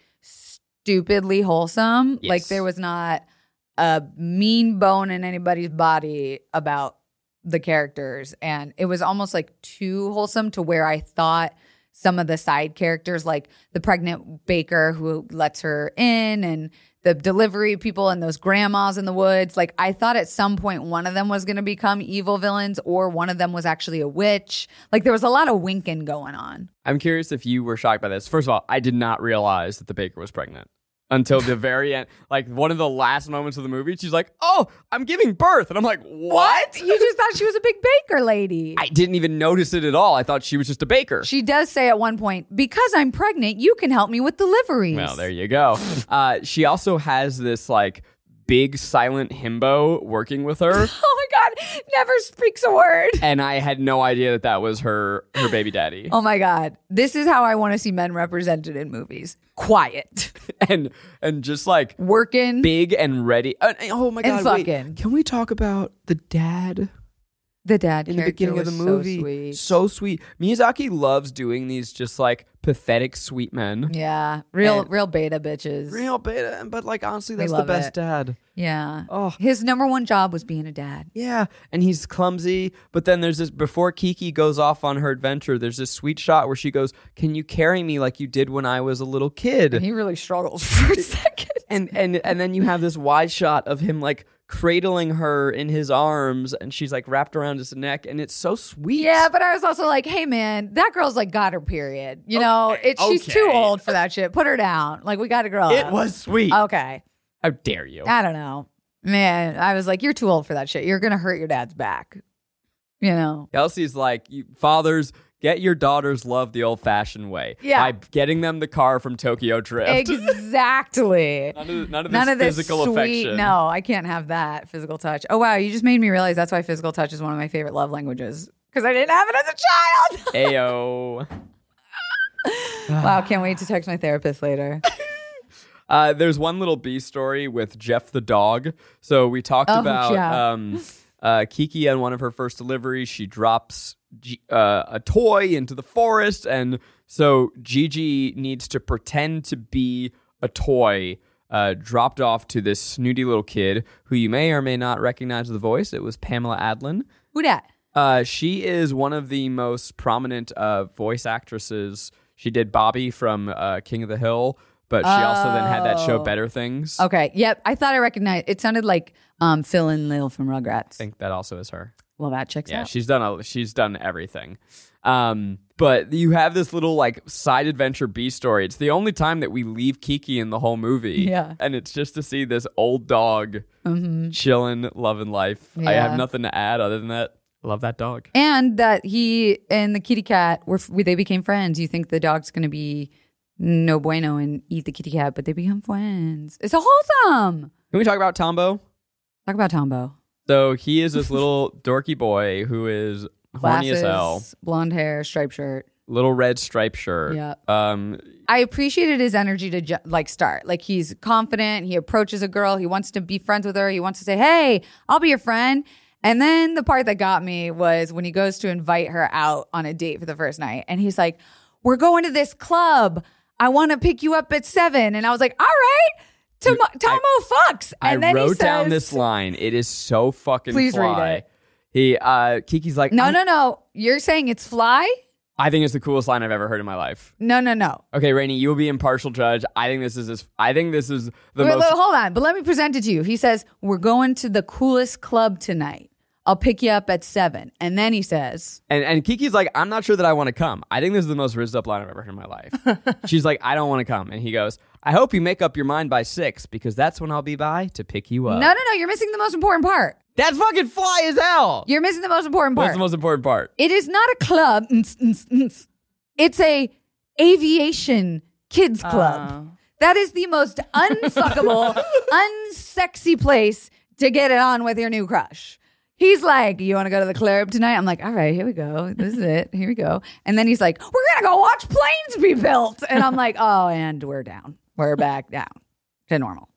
Speaker 3: stupidly wholesome. Like
Speaker 2: Yes.
Speaker 3: there was not a mean bone in anybody's body about the characters. And it was almost like too wholesome to where I thought some of the side characters, like the pregnant baker who lets her in and the delivery people and those grandmas in the woods. Like I thought at some point one of them was going to become evil villains or one of them was actually a witch. Like there was a lot of winking going on.
Speaker 2: I'm curious if you were shocked by this. First of all, I did not realize that the baker was pregnant until the very end. Like one of the last moments of the movie, she's like, "Oh, I'm giving birth," and I'm like, "What?"
Speaker 3: You just thought she was a big baker lady.
Speaker 2: I didn't even notice it at all. I thought she was just a baker.
Speaker 3: she does say at one point, because I'm pregnant, you can help me with deliveries.
Speaker 2: well, there you go. Uh, she also has this like big silent himbo working with her,
Speaker 3: Oh my God, never speaks a word.
Speaker 2: and I had no idea that that was her her baby daddy.
Speaker 3: Oh my God, this is how I want to see men represented in movies quiet,
Speaker 2: And and just like
Speaker 3: working.
Speaker 2: big and ready. uh, oh my
Speaker 3: And
Speaker 2: god! wait.
Speaker 3: fucking.
Speaker 2: Can we talk about the dad?
Speaker 3: The dad
Speaker 1: in the
Speaker 3: character
Speaker 1: beginning of
Speaker 3: was
Speaker 1: the movie.
Speaker 3: So sweet.
Speaker 2: So sweet. Miyazaki loves doing these just like pathetic sweet men.
Speaker 3: yeah, real
Speaker 1: And-
Speaker 3: real beta bitches.
Speaker 1: Real beta, but like honestly,
Speaker 3: We
Speaker 1: that's the
Speaker 3: love
Speaker 1: best
Speaker 3: it.
Speaker 1: dad.
Speaker 3: Yeah.
Speaker 1: Oh.
Speaker 3: His number one job was being a dad.
Speaker 2: Yeah, and he's clumsy. But then there's this before Kiki goes off on her adventure. There's this sweet shot where she goes, "Can you carry me like you did when I was a little kid?"
Speaker 3: He really struggles for a second.
Speaker 2: and and and then you have this wide shot of him like cradling her in his arms and she's like wrapped around his neck and it's so sweet
Speaker 3: Yeah, but I was also like, hey man, that girl's like got her period. You know, it, she's too
Speaker 2: okay.
Speaker 3: old for that shit. Put her down. Like we got to grow
Speaker 2: it
Speaker 3: up.
Speaker 2: was sweet
Speaker 3: okay.
Speaker 2: how dare you
Speaker 3: I don't know, man. I was like, you're too old for that shit. You're gonna hurt your dad's back. You know.
Speaker 2: kelsey's like you, fathers get your daughters love the old-fashioned way
Speaker 3: Yeah.
Speaker 2: by getting them the car from tokyo drift
Speaker 3: Exactly.
Speaker 2: none, of, none of this
Speaker 3: None of this
Speaker 2: physical
Speaker 3: sweet.
Speaker 2: affection
Speaker 3: No, I can't have that physical touch. Oh wow, you just made me realize that's why physical touch is one of my favorite love languages because I didn't have it as a child.
Speaker 2: ayo
Speaker 3: wow, can't wait to text my therapist later.
Speaker 2: Uh, there's one little B story with Jeff the dog. So we talked
Speaker 3: Oh,
Speaker 2: about
Speaker 3: yeah.
Speaker 2: um, uh, Kiki on one of her first deliveries. She drops G- uh, a toy into the forest, and so Gigi needs to pretend to be a toy. Uh, dropped off to this snooty little kid who you may or may not recognize the voice. It was Pamela Adlin.
Speaker 3: Who dat?
Speaker 2: Uh, she is one of the most prominent uh, voice actresses. She did Bobby from uh, King of the Hill, but she also then had that show
Speaker 3: Oh.
Speaker 2: Better Things. I
Speaker 3: Okay. Yep. I thought I recognized. It sounded like um, Phil and Lil from Rugrats.
Speaker 2: think that also is her.
Speaker 3: Well, that checks
Speaker 2: Yeah,
Speaker 3: out.
Speaker 2: she's done a, she's done everything. Um, but you have this little like side adventure B story. It's the only time that we leave Kiki in the whole movie.
Speaker 3: Yeah. Mm-hmm.
Speaker 2: and it's just to see this old dog chilling, loving life. I
Speaker 3: Yeah.
Speaker 2: have nothing to add other than that. Love that dog.
Speaker 3: and that he and the kitty cat were f- they became friends. You think the dog's gonna be no bueno and eat the kitty cat, but they become friends. It's a wholesome.
Speaker 2: Can we talk about Tombo?
Speaker 3: Talk about Tombo.
Speaker 2: So he is this little dorky boy who is horny as hell.
Speaker 3: Glasses, blonde hair, striped shirt.
Speaker 2: Little red striped shirt.
Speaker 3: Yeah.
Speaker 2: Um,
Speaker 3: I appreciated his energy to ju- like start. Like he's confident. He approaches a girl. He wants to be friends with her. He wants to say, "Hey, I'll be your friend." And then the part that got me was when he goes to invite her out on a date for the first night, and he's like, "We're going to this club. I want to pick you up at 7. And I was like, "All right, Tom- Tomo fucks."
Speaker 2: I
Speaker 3: And then he
Speaker 2: wrote down
Speaker 3: says-
Speaker 2: this line. It is so fucking
Speaker 3: Please read
Speaker 2: fly.
Speaker 3: it.
Speaker 2: He uh, Kiki's like,
Speaker 3: No,
Speaker 2: "I'm-
Speaker 3: no, no. You're saying it's fly?
Speaker 2: I think it's the coolest line I've ever heard in my life.
Speaker 3: No, no, no.
Speaker 2: Okay, Rainey, you will be impartial judge. I think this is this, I think this is the
Speaker 3: Wait,
Speaker 2: most.
Speaker 3: wait, hold on, but let me present it to you. He says, We're going to the coolest club tonight. I'll pick you up at seven. And then he says,
Speaker 2: And and Kiki's like, I'm not sure that I want to come. I think this is the most rizzed up line I've ever heard in my life. She's like, I don't want to come. And he goes, I hope you make up your mind by six because that's when I'll be by to pick you up.
Speaker 3: No, no, no, you're missing the most important part.
Speaker 2: That's fucking fly as hell.
Speaker 3: You're missing the most important
Speaker 2: What's
Speaker 3: part.
Speaker 2: the most important part?
Speaker 3: it is not a club. Mm, mm, mm. It's a aviation kids club. That is the most unfuckable, unsexy place to get it on with your new crush. He's like, You want to go to the club tonight? I'm like, All right, here we go. This is it. Here we go. And then he's like, We're going to go watch planes be built. And I'm like, Oh, and we're down. We're back down to normal.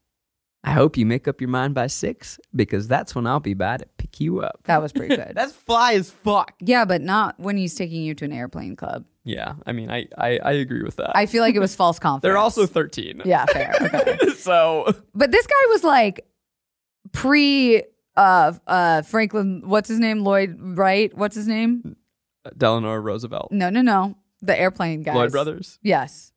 Speaker 2: I hope you make up your mind by six because that's when I'll be by to pick you up.
Speaker 3: That was pretty good.
Speaker 2: That's fly as fuck.
Speaker 3: yeah, but not when he's taking you to an airplane club.
Speaker 2: Yeah, I mean, I I, I agree with that.
Speaker 3: I feel like it was false confidence.
Speaker 2: They're also 13.
Speaker 3: Yeah, fair. Okay.
Speaker 2: so
Speaker 3: But this guy was like pre uh uh Franklin what's his name? Lloyd Wright, what's his name?
Speaker 2: Delano Roosevelt,
Speaker 3: No, no, no. The airplane guys.
Speaker 2: Lloyd Brothers.
Speaker 3: Yes.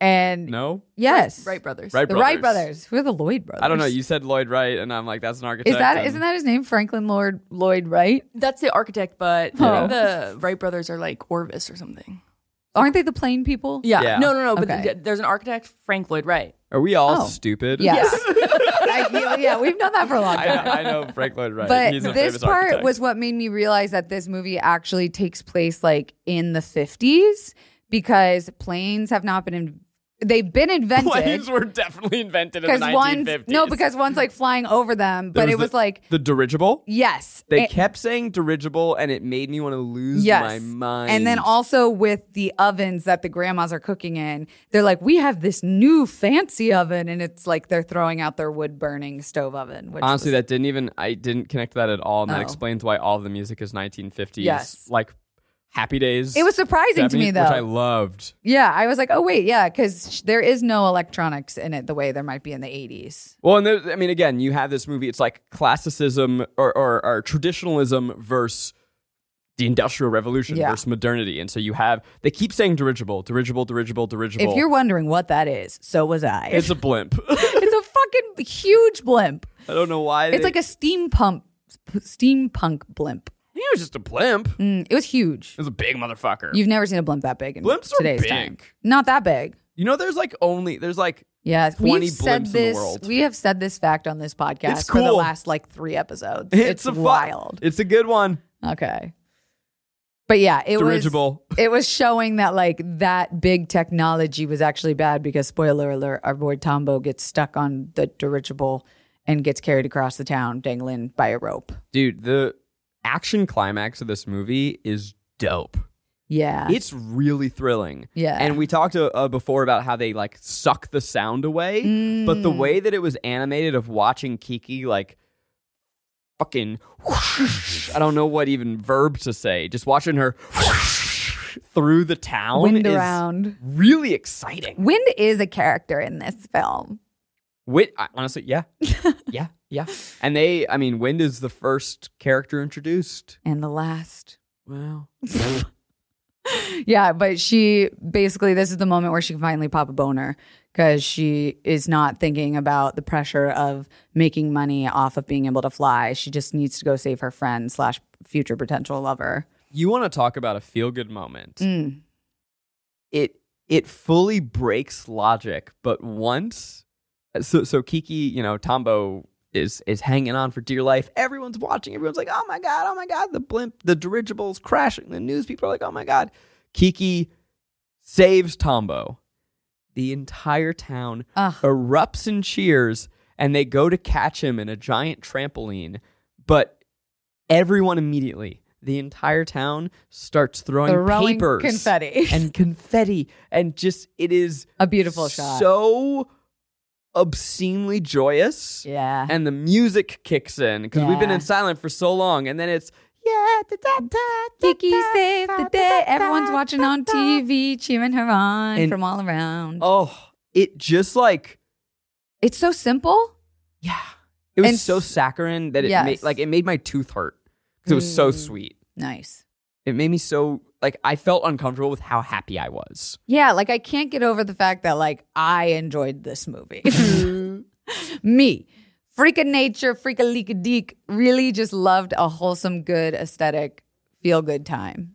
Speaker 3: And
Speaker 2: No,
Speaker 3: yes.
Speaker 4: Wright brothers.
Speaker 2: Right
Speaker 3: the
Speaker 2: Brothers.
Speaker 3: Wright brothers. Who are the Lloyd brothers?
Speaker 2: I don't know. You said Lloyd Wright, and I'm like, that's an architect.
Speaker 3: Is that
Speaker 2: and-
Speaker 3: isn't that his name? Franklin Lord Lloyd Wright?
Speaker 4: That's the architect, but
Speaker 2: Yeah.
Speaker 4: I think the Wright brothers are like Orvis or something.
Speaker 3: Aren't they the plane people?
Speaker 4: Yeah.
Speaker 2: Yeah.
Speaker 4: No, no, no. But
Speaker 3: Okay.
Speaker 4: th- there's an architect, Frank Lloyd Wright.
Speaker 2: Are we all
Speaker 3: Oh.
Speaker 2: stupid?
Speaker 3: Yes. I feel- yeah, we've known that for a long
Speaker 2: I,
Speaker 3: time.
Speaker 2: know, I know Frank Lloyd Wright.
Speaker 3: But
Speaker 2: He's a
Speaker 3: this
Speaker 2: famous
Speaker 3: part
Speaker 2: architect.
Speaker 3: was what made me realize that this movie actually takes place like in the 50s because planes have not been in, they've been invented
Speaker 2: Planes were definitely invented in the
Speaker 3: because
Speaker 2: 1950s.
Speaker 3: one's no because one's like flying over them, but
Speaker 2: There
Speaker 3: it was
Speaker 2: the-
Speaker 3: like
Speaker 2: the dirigible.
Speaker 3: yes,
Speaker 2: They
Speaker 3: and-
Speaker 2: kept saying dirigible, and it made me want to lose
Speaker 3: yes,
Speaker 2: my mind.
Speaker 3: and then also with the ovens that the grandmas are cooking in, they're like, we have this new fancy oven, and it's like they're throwing out their wood burning stove oven. Which
Speaker 2: honestly,
Speaker 3: was-
Speaker 2: that didn't even I didn't connect to that at all, and that
Speaker 3: Oh.
Speaker 2: explains why all the music is 1950s.
Speaker 3: Yes.
Speaker 2: like Happy Days.
Speaker 3: it was surprising to me
Speaker 2: Japanese,
Speaker 3: though.
Speaker 2: which I loved.
Speaker 3: yeah, I was like, oh wait, yeah, because there is no electronics in it the way there might be in the eighties.
Speaker 2: Well, and there, I mean, again, you have this movie. It's like classicism or, or, or traditionalism versus the Industrial Revolution
Speaker 3: Yeah.
Speaker 2: versus modernity, and so you have they keep saying dirigible, dirigible, dirigible, dirigible.
Speaker 3: If you're wondering what that is, so was I.
Speaker 2: it's a blimp. I
Speaker 3: it's a fucking huge blimp.
Speaker 2: don't know why.
Speaker 3: It's
Speaker 2: they-
Speaker 3: like a steam pump, steampunk blimp.
Speaker 2: He was just a blimp. He
Speaker 3: Mm, it was huge.
Speaker 2: was a big motherfucker. You,
Speaker 3: You've never seen a blimp that big in
Speaker 2: Blimps are
Speaker 3: today's
Speaker 2: big.
Speaker 3: time. Not that big.
Speaker 2: know, there's like only there's like
Speaker 3: Yeah,
Speaker 2: 20
Speaker 3: we've said
Speaker 2: blimps in the
Speaker 3: this.
Speaker 2: world.
Speaker 3: We have said this fact on this podcast
Speaker 2: It's
Speaker 3: for the
Speaker 2: cool.
Speaker 3: last like three episodes.
Speaker 2: it's,
Speaker 3: It's,
Speaker 2: a fu-
Speaker 3: wild.
Speaker 2: It's a good one.
Speaker 3: okay, but yeah, it was.
Speaker 2: Dirigible.
Speaker 3: It was showing that like that big technology was actually bad because spoiler alert, our boy Tombo gets stuck on the dirigible and gets carried across the town, dangling by a rope.
Speaker 2: Dude, the action climax of this movie is dope.
Speaker 3: Yeah,
Speaker 2: It's really thrilling.
Speaker 3: Yeah.
Speaker 2: And we talked uh, uh, before about how they like suck the sound away, but
Speaker 3: Mm.
Speaker 2: the way that it was animated of watching Kiki like fucking whoosh, I don't know what even verb to say, just watching her whoosh through the town
Speaker 3: wind
Speaker 2: is
Speaker 3: around.
Speaker 2: really exciting.
Speaker 3: Wind is a character in this film.
Speaker 2: Wit, I- honestly, yeah, yeah, yeah. And they, I mean, Wind is the first character introduced.
Speaker 3: And the last.
Speaker 2: Wow.
Speaker 3: Yeah, but she basically, this is the moment where she can finally pop a boner because she is not thinking about the pressure of making money off of being able to fly. She just needs to go save her friend slash future potential lover.
Speaker 2: You want to talk about a feel good moment?
Speaker 3: Mm.
Speaker 2: It it fully breaks logic, but once, uh, so so Kiki, you know, Tombo is is hanging on for dear life. Everyone's watching. Everyone's like, oh my god, oh my god, the blimp, the dirigible's crashing. The news people are like, oh my god. Kiki saves Tombo. The entire town
Speaker 3: Ugh.
Speaker 2: erupts in cheers and they go to catch him in a giant trampoline but everyone immediately the entire town starts throwing,
Speaker 3: Throwing
Speaker 2: papers
Speaker 3: confetti.
Speaker 2: and confetti and just it is
Speaker 3: A beautiful shot.
Speaker 2: so obscenely joyous
Speaker 3: yeah.
Speaker 2: and the music kicks in because we've been
Speaker 3: Yeah.
Speaker 2: in silent for so long and then it's yeah da, da, da, da,
Speaker 3: Kiki
Speaker 2: da,
Speaker 3: saved
Speaker 2: da,
Speaker 3: the day.
Speaker 2: da, da,
Speaker 3: Everyone's
Speaker 2: da,
Speaker 3: watching
Speaker 2: da,
Speaker 3: on
Speaker 2: da.
Speaker 3: TV, cheering her on
Speaker 2: And-
Speaker 3: from all around.
Speaker 2: oh it just like
Speaker 3: It's so simple.
Speaker 2: Yeah. It was
Speaker 3: And
Speaker 2: so
Speaker 3: s-
Speaker 2: saccharine that it
Speaker 3: Yes. Mm.
Speaker 2: made like it made my tooth hurt because it was so sweet.
Speaker 3: Nice.
Speaker 2: It made me so like I felt uncomfortable with how happy I was.
Speaker 3: Yeah, like I can't get over the fact that like I enjoyed this movie. Me, freak of nature, freak of leak deek, really just loved a wholesome, good aesthetic, feel good time.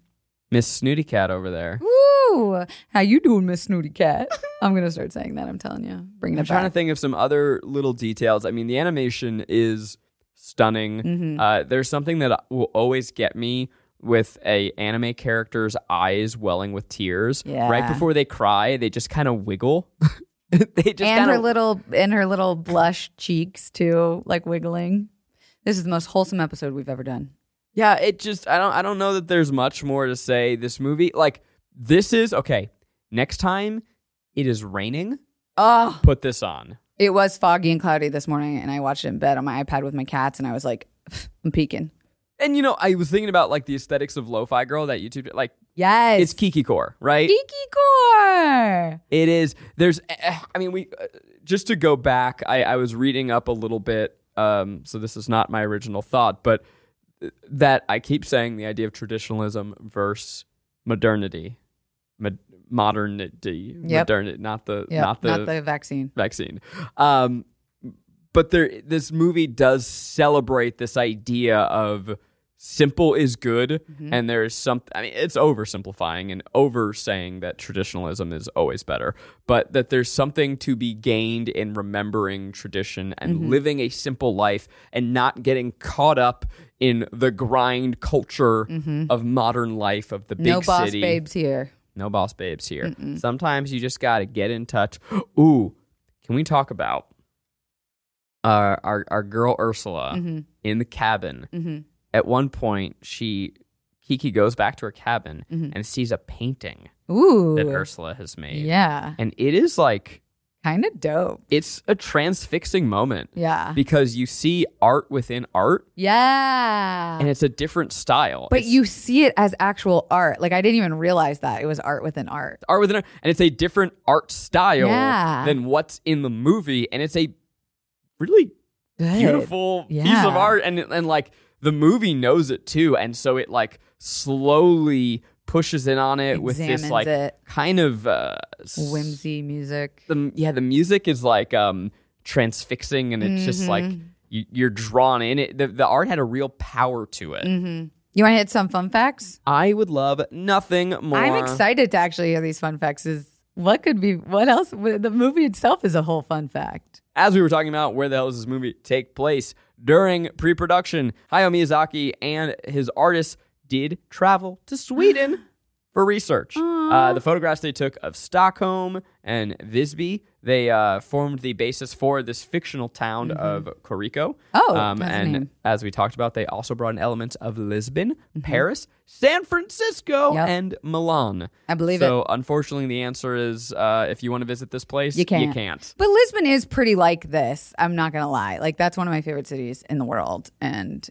Speaker 2: Miss Snooty Cat over there.
Speaker 3: Woo! How you doing, Miss Snooty Cat? I'm gonna start saying that. I'm telling you, bringing
Speaker 2: I'm
Speaker 3: it
Speaker 2: trying to
Speaker 3: back.
Speaker 2: think of some other little details. I mean, the animation is stunning.
Speaker 3: Mm-hmm.
Speaker 2: Uh, there's something that will always get me with a anime character's eyes welling with tears. Right
Speaker 3: Yeah.
Speaker 2: before they cry, they just kind of wiggle. they just
Speaker 3: and her
Speaker 2: kind of
Speaker 3: little and her little blush cheeks too, like wiggling. This is the most wholesome episode we've ever done.
Speaker 2: Yeah, it just I don't I don't know that there's much more to say. This movie, like this is okay. Next time it is raining,
Speaker 3: Oh,
Speaker 2: put this on.
Speaker 3: it was foggy and cloudy this morning, and I watched it in bed on my iPad with my cats, and I was like, I'm peeking.
Speaker 2: And you know, I was thinking about like the aesthetics of Lo-Fi Girl that YouTube like
Speaker 3: Yes,
Speaker 2: it's Kiki Core, right?
Speaker 3: Kiki Core.
Speaker 2: It is. There's. eh, I mean, we uh, just to go back. I, I was reading up a little bit. Um, so this is not my original thought, but uh, that I keep saying the idea of traditionalism versus modernity, Mod- modernity,
Speaker 3: Yep.
Speaker 2: modernity, not the
Speaker 3: Yep,
Speaker 2: not the
Speaker 3: vaccine.
Speaker 2: vaccine. Um, but there, this movie does celebrate this idea of simple is good,
Speaker 3: Mm-hmm.
Speaker 2: and there is some. I mean, it's oversimplifying and over saying that traditionalism is always better, but that there's something to be gained in remembering tradition and
Speaker 3: Mm-hmm.
Speaker 2: living a simple life and not getting caught up in the grind culture of modern life of the big
Speaker 3: Mm-hmm. no boss
Speaker 2: city.
Speaker 3: babes here.
Speaker 2: No boss babes here. Sometimes you just got to get in touch. Ooh, can we talk about uh, our our girl Ursula
Speaker 3: Mm-hmm.
Speaker 2: in the cabin? At one point, she Kiki goes back to her cabin and sees a painting
Speaker 3: Mm-hmm. Ooh.
Speaker 2: that Ursula has made.
Speaker 3: Yeah.
Speaker 2: And it is like
Speaker 3: Kind of dope.
Speaker 2: it's a transfixing moment
Speaker 3: Yeah.
Speaker 2: because you see art within art
Speaker 3: Yeah.
Speaker 2: and it's a different style.
Speaker 3: but
Speaker 2: It's
Speaker 3: you see it as actual art. Like I didn't even realize that it was art within art.
Speaker 2: art within art and it's a different art style
Speaker 3: Yeah.
Speaker 2: than what's in the movie and it's a really
Speaker 3: Good.
Speaker 2: beautiful piece
Speaker 3: Yeah.
Speaker 2: of art and and like the movie knows it too and so it like slowly pushes in on it with this
Speaker 3: Examines
Speaker 2: like
Speaker 3: it.
Speaker 2: kind of uh s-
Speaker 3: Whimsy music.
Speaker 2: the yeah the music is like um transfixing and it's just like you, you're drawn in it the, the art had a real power to it
Speaker 3: You want to hit some fun facts?
Speaker 2: i would love nothing more
Speaker 3: I'm excited to actually hear these fun facts. Is what could be? What else? The movie itself is a whole fun fact.
Speaker 2: as we were talking about where the hell does this movie take place during pre-production hayao miyazaki and his artists did travel to sweden for research uh, the photographs they took of stockholm and visby they uh, formed the basis for this fictional town of Koriko.
Speaker 3: Mm-hmm. Oh, that's the
Speaker 2: and
Speaker 3: name. Mm-hmm.
Speaker 2: as we talked about, they also brought in elements of Lisbon, Paris, San Francisco,
Speaker 3: Yep.
Speaker 2: and Milan.
Speaker 3: I believe
Speaker 2: so, unfortunately, the answer is uh, if you want to visit this place,
Speaker 3: You can't.
Speaker 2: You can't.
Speaker 3: But Lisbon is pretty like this. I'm not gonna lie. Like that's one of my favorite cities in the world, and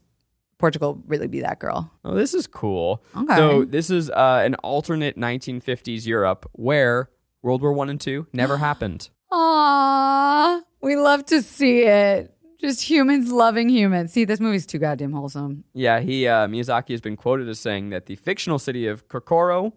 Speaker 3: Portugal really be that girl.
Speaker 2: Oh, this is cool.
Speaker 3: Okay.
Speaker 2: So this is uh, an alternate 1950s Europe where World War One and Two never happened.
Speaker 3: Aww, we love to see it. Just humans loving humans. See, this movie's too goddamn wholesome.
Speaker 2: Yeah, he uh, Miyazaki has been quoted as saying that the fictional city of Kokoro,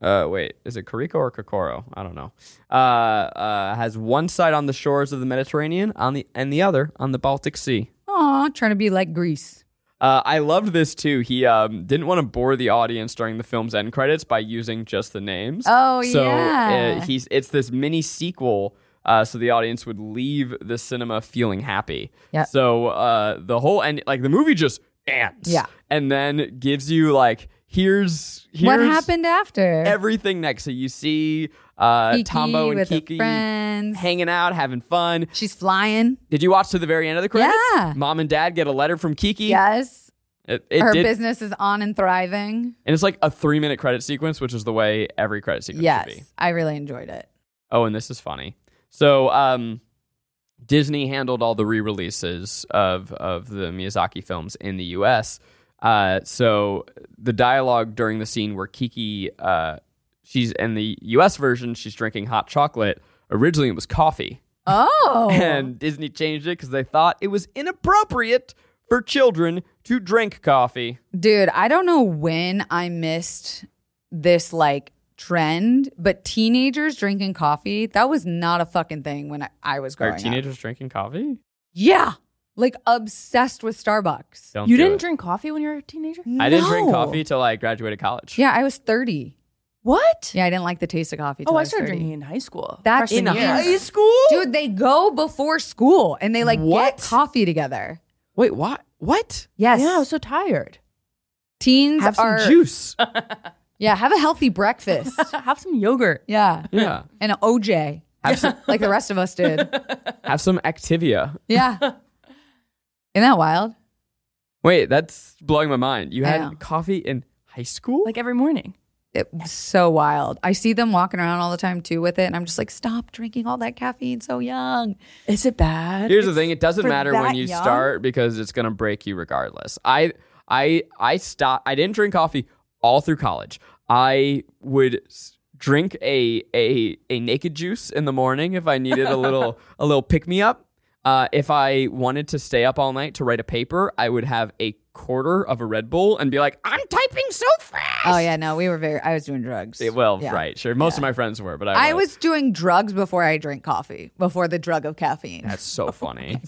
Speaker 2: uh, wait, is it Kuriko or Kokoro? I don't know. Uh, uh, has one side on the shores of the Mediterranean, on the and the other on the Baltic Sea.
Speaker 3: Aw, trying to be like Greece.
Speaker 2: Uh, I loved this too. He um, didn't want to bore the audience during the film's end credits by using just the names.
Speaker 3: Oh,
Speaker 2: so,
Speaker 3: yeah.
Speaker 2: uh, he's it's this mini sequel, uh, so the audience would leave the cinema feeling happy.
Speaker 3: Yeah.
Speaker 2: So uh, the whole end, like the movie, just ends.
Speaker 3: Yeah.
Speaker 2: And then gives you like here's here's
Speaker 3: what happened after?
Speaker 2: Everything next. So you see uh,
Speaker 3: Kiki
Speaker 2: Tombo and
Speaker 3: with her
Speaker 2: Kiki
Speaker 3: friends.
Speaker 2: hanging out, having fun.
Speaker 3: She's flying.
Speaker 2: Did you watch to the very end of the credits?
Speaker 3: Yeah.
Speaker 2: Mom and Dad get a letter from Kiki.
Speaker 3: Yes.
Speaker 2: It, it
Speaker 3: Her
Speaker 2: did-
Speaker 3: business is on and thriving.
Speaker 2: And it's like a three minute credit sequence, which is the way every credit sequence should be.
Speaker 3: Yes. I really enjoyed it.
Speaker 2: Oh, and this is funny. So um, Disney handled all the re releases of, of the Miyazaki films in the US. Uh, so the dialogue during the scene where Kiki, uh, she's in the US version, she's drinking hot chocolate. Originally, it was coffee.
Speaker 3: Oh.
Speaker 2: And Disney changed it because they thought it was inappropriate for children to drink coffee.
Speaker 3: Dude, I don't know when I missed this like trend, but teenagers drinking coffee, that was not a fucking thing when I, I was growing
Speaker 2: Are
Speaker 3: up.
Speaker 2: teenagers drinking coffee?
Speaker 3: Yeah. Like obsessed with Starbucks.
Speaker 2: Don't
Speaker 4: You
Speaker 2: do
Speaker 4: didn't
Speaker 2: it.
Speaker 4: drink coffee when you were a teenager?
Speaker 2: I didn't drink
Speaker 3: No.
Speaker 2: coffee till I graduated college.
Speaker 3: Yeah, I was 30.
Speaker 4: What?
Speaker 3: Yeah, I didn't like the taste of coffee. till
Speaker 4: Oh, I
Speaker 3: was
Speaker 4: started
Speaker 3: 30.
Speaker 4: drinking in high school.
Speaker 3: That's
Speaker 4: freshman
Speaker 3: in
Speaker 4: year.
Speaker 3: high
Speaker 2: school.
Speaker 3: Dude, they go before school and they like
Speaker 2: What?
Speaker 3: get coffee together.
Speaker 1: Wait, what? What?
Speaker 3: Yes.
Speaker 4: Yeah, I was so tired.
Speaker 3: Teens
Speaker 2: Have some
Speaker 3: are
Speaker 2: juice.
Speaker 3: Yeah, have a healthy breakfast.
Speaker 4: Have some yogurt.
Speaker 3: yeah.
Speaker 2: yeah.
Speaker 3: And an OJ.
Speaker 2: Have some,
Speaker 3: Like the rest of us did.
Speaker 2: have some Activia.
Speaker 3: Yeah. Isn't that wild?
Speaker 2: Wait, that's blowing my mind. You
Speaker 3: I know.
Speaker 2: had coffee in high school?
Speaker 4: Like every morning.
Speaker 3: It was so wild. I see them walking around all the time too with it, and I'm just like, stop drinking all that caffeine so young.
Speaker 4: Is it bad?
Speaker 2: Here's the thing: it doesn't
Speaker 4: for
Speaker 2: matter when
Speaker 4: that
Speaker 2: you
Speaker 4: young?
Speaker 2: start because it's gonna break you regardless. I I I stopped. I didn't drink coffee all through college. I would s- drink a a a naked juice in the morning if I needed a little a little pick me up. Uh, if I wanted to stay up all night to write a paper, I would have a quarter of a Red Bull and be like, "I'm typing so fast."
Speaker 3: Oh yeah, no, we were very. I was doing drugs.
Speaker 2: Well,
Speaker 3: Yeah.
Speaker 2: right, sure. Most of my friends were, but I,
Speaker 3: I was doing drugs before I drank coffee, before the drug of caffeine.
Speaker 2: That's so funny.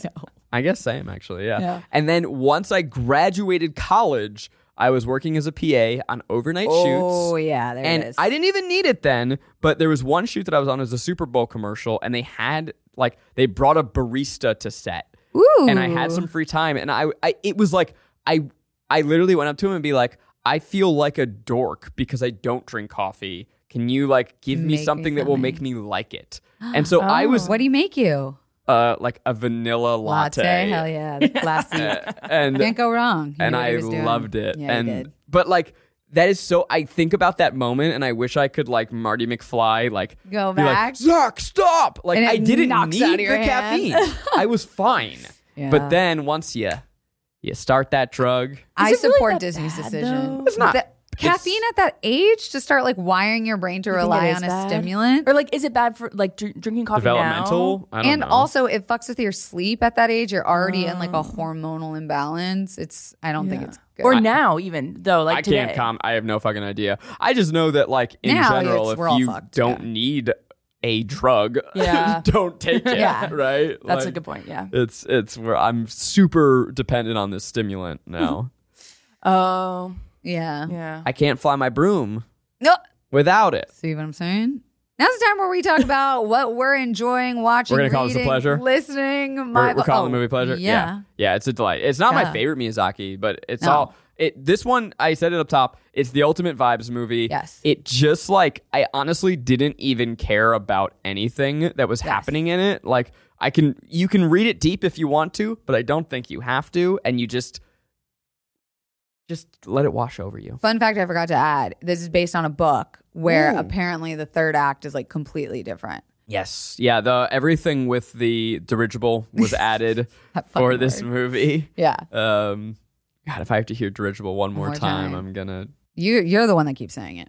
Speaker 2: I guess same actually, yeah.
Speaker 3: Oh, Yeah.
Speaker 2: And then once I graduated college, I was working as a PA on overnight
Speaker 3: oh
Speaker 2: shoots.
Speaker 3: yeah, there it
Speaker 2: And
Speaker 3: is.
Speaker 2: I didn't even need it then, but there was one shoot that I was on as a Super Bowl commercial and they had like they brought a barista to set.
Speaker 3: Ooh.
Speaker 2: And I had some free time and I, I it was like I I literally went up to him and be like, I feel like a dork because I don't drink coffee. Can you like give me
Speaker 3: Make me
Speaker 2: something that will
Speaker 3: something.
Speaker 2: make me like it? And so I
Speaker 3: Oh,
Speaker 2: was
Speaker 3: What do you make you?
Speaker 2: uh, like a vanilla latte.
Speaker 3: Hell yeah. That's classy.
Speaker 2: And
Speaker 3: Can't go wrong. You
Speaker 2: and
Speaker 3: knew what
Speaker 2: I
Speaker 3: he was doing.
Speaker 2: loved it.
Speaker 3: Yeah, you
Speaker 2: and
Speaker 3: did.
Speaker 2: but like that is so I think about that moment and I wish I could like Marty McFly like
Speaker 3: Go
Speaker 2: be like,
Speaker 3: back.
Speaker 2: Zach, stop. Like
Speaker 3: And it
Speaker 2: I didn't
Speaker 3: knocks
Speaker 2: need
Speaker 3: out of
Speaker 2: the
Speaker 3: your hand.
Speaker 2: caffeine. I was fine.
Speaker 3: Yeah.
Speaker 2: But then once you you start that drug,
Speaker 3: I
Speaker 4: Is it really
Speaker 3: support
Speaker 4: that
Speaker 3: Disney's
Speaker 4: bad,
Speaker 3: decision.
Speaker 4: though?
Speaker 2: It's not.
Speaker 3: That- caffeine at that age to start like wiring your brain to
Speaker 4: You think it
Speaker 3: rely
Speaker 4: is
Speaker 3: on a
Speaker 4: bad?
Speaker 3: stimulant.
Speaker 4: Or like, is it bad for like dr- drinking coffee
Speaker 2: developmental. I don't
Speaker 3: and
Speaker 2: know.
Speaker 3: also it fucks with your sleep at that age. You're already in like a hormonal imbalance. It's I don't
Speaker 4: now?
Speaker 3: think it's good.
Speaker 4: Or now, even though, like
Speaker 2: I
Speaker 4: today.
Speaker 2: can't comment. I have no fucking idea. I just know that like in
Speaker 3: Now,
Speaker 2: general,
Speaker 3: it's-
Speaker 2: if
Speaker 3: we're all
Speaker 2: you
Speaker 3: fucked,
Speaker 2: don't
Speaker 3: yeah.
Speaker 2: need a drug,
Speaker 4: Yeah.
Speaker 2: don't take it.
Speaker 3: Yeah.
Speaker 2: Right.
Speaker 4: That's a
Speaker 2: Like,
Speaker 4: good point. Yeah.
Speaker 2: It's it's where I'm super dependent on this stimulant
Speaker 3: Mm-hmm.
Speaker 2: now.
Speaker 4: Oh,
Speaker 3: yeah.
Speaker 4: yeah.
Speaker 2: I can't fly my broom
Speaker 3: No.
Speaker 2: without it.
Speaker 3: See what I'm saying? Now's the time where we talk about what we're enjoying, watching,
Speaker 2: We're gonna call this a
Speaker 3: reading,
Speaker 2: pleasure?
Speaker 3: listening.
Speaker 2: We're,
Speaker 3: My
Speaker 2: we're calling
Speaker 3: oh,
Speaker 2: the movie pleasure.
Speaker 3: Yeah.
Speaker 2: yeah, Yeah, It's a delight. It's not my
Speaker 3: Yeah.
Speaker 2: favorite Miyazaki, but it's
Speaker 3: No.
Speaker 2: all. It this one I said it up top. It's the ultimate vibes movie.
Speaker 3: Yes.
Speaker 2: It just like I honestly didn't even care about anything that was happening in it. Like I can you can read it deep if you want to, but I don't think you have to. And you just just let it wash over you.
Speaker 3: Fun fact I forgot to add: this is based on a book where
Speaker 2: Ooh.
Speaker 3: apparently the third act is like completely different.
Speaker 2: Yes. Yeah, the everything with the dirigible was added
Speaker 3: That
Speaker 2: for
Speaker 3: fucking
Speaker 2: this
Speaker 3: word.
Speaker 2: movie.
Speaker 3: Yeah,
Speaker 2: Um God, if I have to hear dirigible one more,
Speaker 3: more
Speaker 2: time,
Speaker 3: time.
Speaker 2: I'm gonna
Speaker 3: you you're the one that keeps saying it.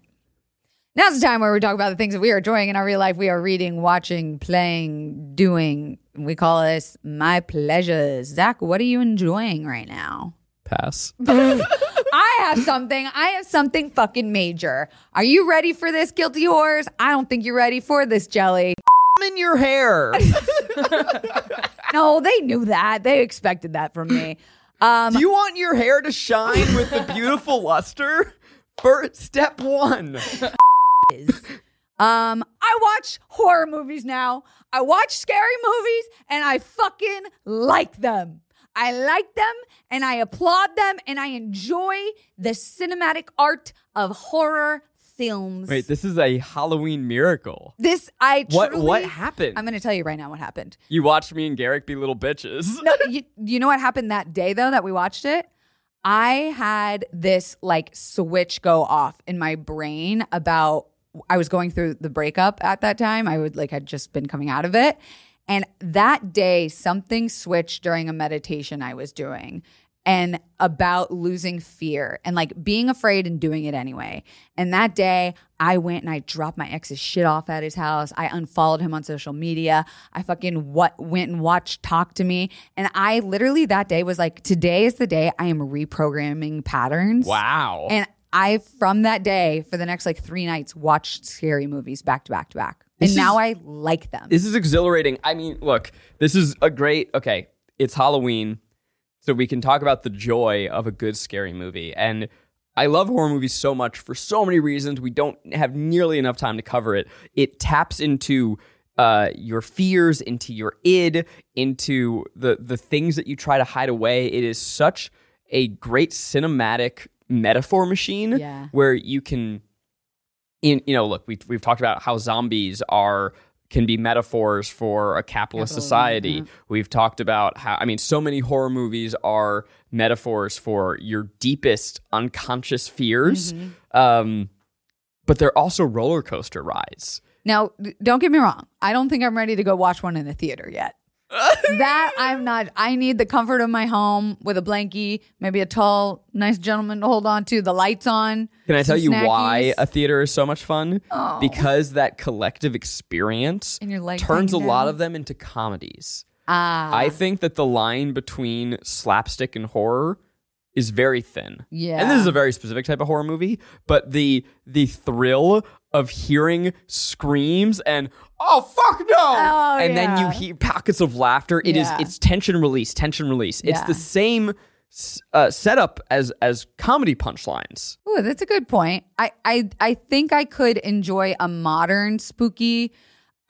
Speaker 3: Now's the time where we talk about the things that we are enjoying in our real life. We are reading, watching, playing, doing. We call this my pleasures. Zach, what are you enjoying right now?
Speaker 2: pass.
Speaker 3: I have something. I have something fucking major. Are you ready for this, guilty whores? I don't think you're ready for this, Jelly.
Speaker 2: in your hair.
Speaker 3: No, they knew that. They expected that from me. Um,
Speaker 2: Do you want your hair to shine with the beautiful luster? First step one.
Speaker 3: um, I watch horror movies now. I watch scary movies, and I fucking like them. I like them, and I applaud them, and I enjoy the cinematic art of horror films.
Speaker 2: Wait, this is a Halloween miracle.
Speaker 3: this I
Speaker 2: What
Speaker 3: truly-
Speaker 2: what happened?
Speaker 3: I'm going to tell you right now what happened.
Speaker 2: you watched me and Garrick be little bitches.
Speaker 3: no, you, you know what happened that day though that we watched it? I had this like switch go off in my brain about I was going through the breakup at that time. I would like had just been coming out of it. And that day something switched during a meditation I was doing and about losing fear and like being afraid and doing it anyway. And that day, I went and I dropped my ex's shit off at his house. I unfollowed him on social media. I fucking what went and watched Talk to Me. And I literally that day was like, today is the day I am reprogramming patterns.
Speaker 2: Wow.
Speaker 3: And I, from that day, for the next like three nights, watched scary movies back to back to back. And
Speaker 2: This
Speaker 3: now
Speaker 2: is-
Speaker 3: I like them.
Speaker 2: this is exhilarating. I mean, look, this is a great. Okay, it's Halloween, so we can talk about the joy of a good scary movie. And I love horror movies so much for so many reasons. We don't have nearly enough time to cover it. It taps into uh, your fears, into your id, into the the things that you try to hide away. It is such a great cinematic metaphor machine
Speaker 3: Yeah.
Speaker 2: where you can in you know look we've, we've talked about how zombies are can be metaphors for a capitalist society we've talked about how i mean so many horror movies are metaphors for your deepest unconscious fears um, but they're also roller coaster rides
Speaker 3: Now, d- don't get me wrong. I don't think I'm ready to go watch one in the theater yet. that I'm not. I need the comfort of my home with a blankie, maybe a tall, nice gentleman to hold on to, the lights on.
Speaker 2: Can I
Speaker 3: some
Speaker 2: tell you why
Speaker 3: snackies. Oh.
Speaker 2: a theater is so much fun? Because that collective experience
Speaker 3: And your legs
Speaker 2: turns a
Speaker 3: hanging
Speaker 2: lot
Speaker 3: down.
Speaker 2: of them into comedies.
Speaker 3: Ah,
Speaker 2: I think that the line between slapstick and horror is very thin.
Speaker 3: Yeah.
Speaker 2: And this is a very specific type of horror movie, but the the thrill of hearing screams and oh fuck no
Speaker 3: Oh,
Speaker 2: and then you
Speaker 3: yeah.
Speaker 2: hear pockets of laughter It is
Speaker 3: Yeah.
Speaker 2: it's tension release tension release it's
Speaker 3: Yeah.
Speaker 2: the same s- uh, setup as as comedy punchlines
Speaker 3: Ooh, that's a good point. I, I I think I could enjoy a modern spooky.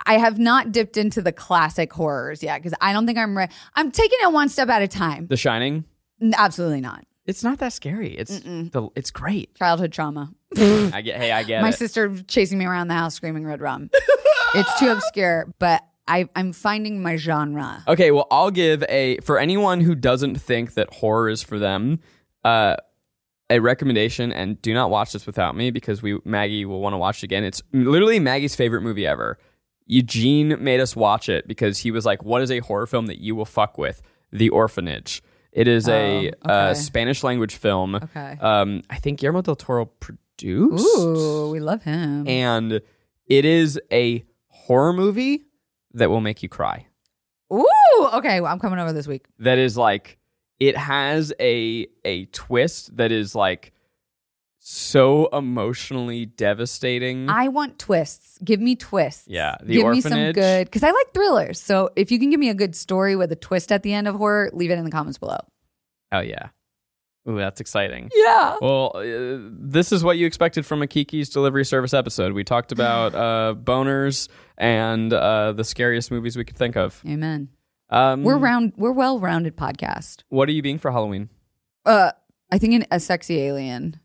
Speaker 3: I have not dipped into the classic horrors yet because I don't think I'm ready. I'm taking it one step at a time.
Speaker 2: the shining
Speaker 3: N- Absolutely not.
Speaker 2: it's not that scary. It's the, it's great.
Speaker 3: Childhood trauma.
Speaker 2: I get. Hey, I get
Speaker 3: My
Speaker 2: it.
Speaker 3: sister chasing me around the house screaming red rum. it's too obscure, but I, I'm finding my genre.
Speaker 2: Okay, well, I'll give a for anyone who doesn't think that horror is for them, uh, a recommendation. And do not watch this without me because we Maggie will want to watch it again. It's literally Maggie's favorite movie ever. Eugene made us watch it because he was like, "What is a horror film that you will fuck with?" The Orphanage. It is a
Speaker 3: Oh,
Speaker 2: uh,
Speaker 3: okay.
Speaker 2: Spanish language film.
Speaker 3: Okay.
Speaker 2: Um, I think Guillermo del Toro produced
Speaker 3: Ooh, we love him.
Speaker 2: and it is a horror movie that will make you cry.
Speaker 3: Ooh, okay. Well, I'm coming over this week.
Speaker 2: That is like it has a a twist that is like so emotionally devastating.
Speaker 3: I want twists. Give me twists.
Speaker 2: Mm-hmm. Yeah, The
Speaker 3: give me some
Speaker 2: Orphanage.
Speaker 3: good because I like thrillers. So if you can give me a good story with a twist at the end of horror, leave it in the comments below.
Speaker 2: oh yeah. Ooh, that's exciting.
Speaker 4: Yeah.
Speaker 2: Well, uh, this is what you expected from a Kiki's Delivery Service episode. We talked about uh, boners and uh, the scariest movies we could think of.
Speaker 3: Amen.
Speaker 2: Um,
Speaker 3: We're round. We're well rounded podcast.
Speaker 2: What are you being for Halloween?
Speaker 3: Uh, I think in a sexy alien.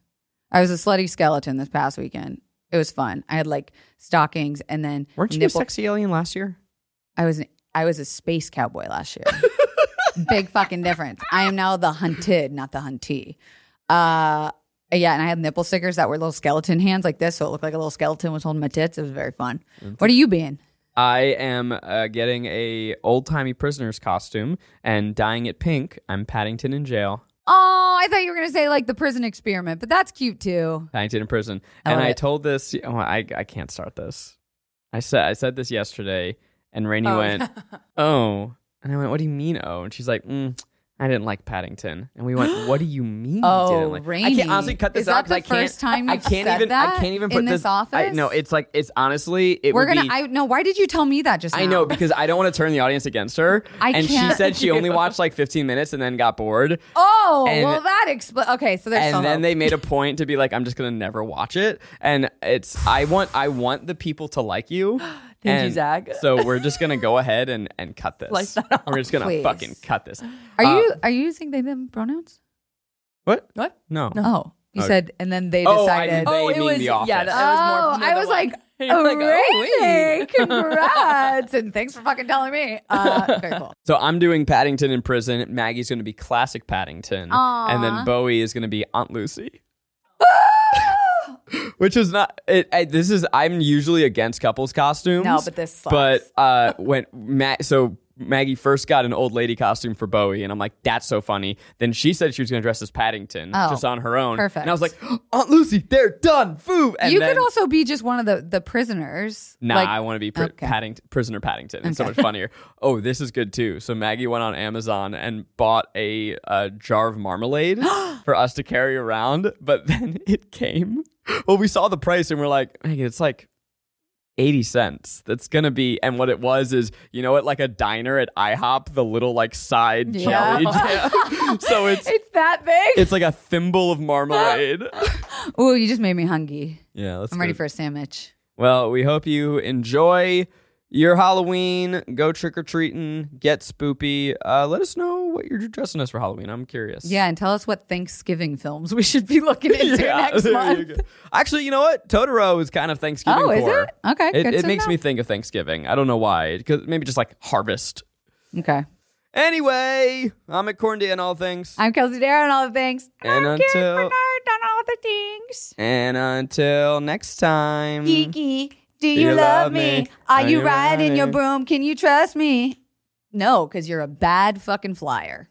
Speaker 3: I was a slutty skeleton this past weekend. It was fun. I had like stockings and then
Speaker 2: Weren't you
Speaker 3: nipple-
Speaker 2: a sexy alien last year?
Speaker 3: I was an, I was a space cowboy last year. Big fucking difference. I am now the hunted, not the huntee. Uh, yeah, and I had nipple stickers that were little skeleton hands like this, so it looked like a little skeleton was holding my tits. It was very fun.
Speaker 2: Mm-hmm.
Speaker 3: What are you being?
Speaker 2: I am uh, getting a old timey prisoner's costume and dyeing it pink. I'm Paddington in jail.
Speaker 3: Oh, I thought you were gonna say like the prison experiment, but that's cute too.
Speaker 2: Paddington in prison.
Speaker 3: I
Speaker 2: and
Speaker 3: love
Speaker 2: I
Speaker 3: it.
Speaker 2: told this. Oh, I I can't start this. I said I said this yesterday, and Rainey went, "Oh," and I went, "What do you mean, oh?" And she's like, mm, "I didn't like Paddington." And we went, "What do you mean?"
Speaker 3: Oh,
Speaker 2: you didn't like? I
Speaker 3: Rainey.
Speaker 2: can't honestly cut this
Speaker 3: Is
Speaker 2: out 'cause
Speaker 3: that the
Speaker 2: I can't.
Speaker 3: first time
Speaker 2: I
Speaker 3: you've
Speaker 2: can't
Speaker 3: said
Speaker 2: even.
Speaker 3: that
Speaker 2: I can't even
Speaker 3: in
Speaker 2: put
Speaker 3: this
Speaker 2: I,
Speaker 3: office?
Speaker 2: no, it's like it's honestly. It
Speaker 3: We're
Speaker 2: would
Speaker 3: gonna.
Speaker 2: be-
Speaker 3: I no. Why did you tell me that just?
Speaker 2: I
Speaker 3: now?
Speaker 2: know because I don't want to turn the audience against her.
Speaker 3: I
Speaker 2: and
Speaker 3: can't-
Speaker 2: she said she only watched like 15 minutes and then got bored.
Speaker 3: Oh,
Speaker 2: And-
Speaker 3: well, that explains. Okay, so there's
Speaker 2: and
Speaker 3: some
Speaker 2: then
Speaker 3: hope.
Speaker 2: they made a point to be like, "I'm just gonna never watch it." And it's I want I want the people to like you.
Speaker 4: you,
Speaker 2: and
Speaker 4: Zach.
Speaker 2: So we're just gonna go ahead and and cut this.
Speaker 4: Slice that off.
Speaker 2: we're just gonna
Speaker 3: Please.
Speaker 2: fucking cut this.
Speaker 3: Are
Speaker 2: Uh,
Speaker 3: you are you using they them pronouns?
Speaker 2: what?
Speaker 4: What?
Speaker 2: No.
Speaker 4: No.
Speaker 3: Oh, you
Speaker 2: Oh.
Speaker 3: said, and then they
Speaker 2: Oh, I-
Speaker 3: decided.
Speaker 2: They mean The Office.
Speaker 4: Yeah, that was more.
Speaker 3: oh,
Speaker 4: more
Speaker 3: I
Speaker 4: the
Speaker 3: was
Speaker 4: one.
Speaker 3: like,
Speaker 4: You're like, oh,
Speaker 3: amazing,
Speaker 4: wait.
Speaker 3: congrats, and thanks for fucking telling me. Uh, very cool.
Speaker 2: So I'm doing Paddington in prison. Maggie's gonna be classic Paddington,
Speaker 3: Aw.
Speaker 2: and then Bowie is gonna be Aunt Lucy. Which is not. It, I, this is. I'm usually against couples costumes.
Speaker 3: No, but this slaps.
Speaker 2: But uh, when Matt, so Maggie first got an old lady costume for Bowie, and I'm like, that's so funny. Then she said she was going to dress as Paddington
Speaker 3: Oh,
Speaker 2: just on her own.
Speaker 3: perfect.
Speaker 2: And I was like, Aunt Lucy, they're done. Foo. And
Speaker 3: you
Speaker 2: then,
Speaker 3: could also be just one of the the prisoners.
Speaker 2: Nah,
Speaker 3: like,
Speaker 2: I want to be pr-
Speaker 3: okay.
Speaker 2: Paddington, prisoner Paddington. It's so
Speaker 3: Okay.
Speaker 2: much funnier. oh, this is good too. So Maggie went on Amazon and bought a, uh jar of marmalade for us to carry around, but then it came. Well, we saw the price and we're like, Maggie, it's like 80 cents. That's going to be. And what it was is, you know, at like a diner at IHOP, the little like side
Speaker 3: Yeah.
Speaker 2: jelly jam. so it's
Speaker 3: it's that big.
Speaker 2: it's like a thimble of marmalade.
Speaker 3: Oh, you just made me hungry.
Speaker 2: yeah, let's
Speaker 3: I'm ready
Speaker 2: go-
Speaker 3: for a sandwich.
Speaker 2: well, we hope you enjoy your Halloween. Go trick or treating, get spoopy. Uh, let us know what you're dressing as for Halloween. I'm curious.
Speaker 3: Yeah, and tell us what Thanksgiving films we should be looking into
Speaker 2: Yeah,
Speaker 3: next
Speaker 2: there you
Speaker 3: month.
Speaker 2: go. Actually, you know what? Totoro is kind of Thanksgiving.
Speaker 3: Oh, is
Speaker 2: for.
Speaker 3: it? Okay,
Speaker 2: It,
Speaker 3: good
Speaker 2: it
Speaker 3: to
Speaker 2: makes
Speaker 3: know.
Speaker 2: me think of Thanksgiving. I don't know why. 'Cause maybe just like harvest.
Speaker 3: Okay,
Speaker 2: Anyway, I'm at Corn Day and all things.
Speaker 3: I'm Kelsey Darren. All the things.
Speaker 2: and until
Speaker 4: done all the things.
Speaker 2: and until next time.
Speaker 3: Geeky, Mm. do
Speaker 2: you
Speaker 3: you,
Speaker 2: love
Speaker 3: love
Speaker 2: me?
Speaker 3: me?
Speaker 2: Are
Speaker 3: Are,
Speaker 2: you
Speaker 3: you riding your
Speaker 2: riding?
Speaker 3: broom? Can you trust me? No, because you're a bad fucking flyer.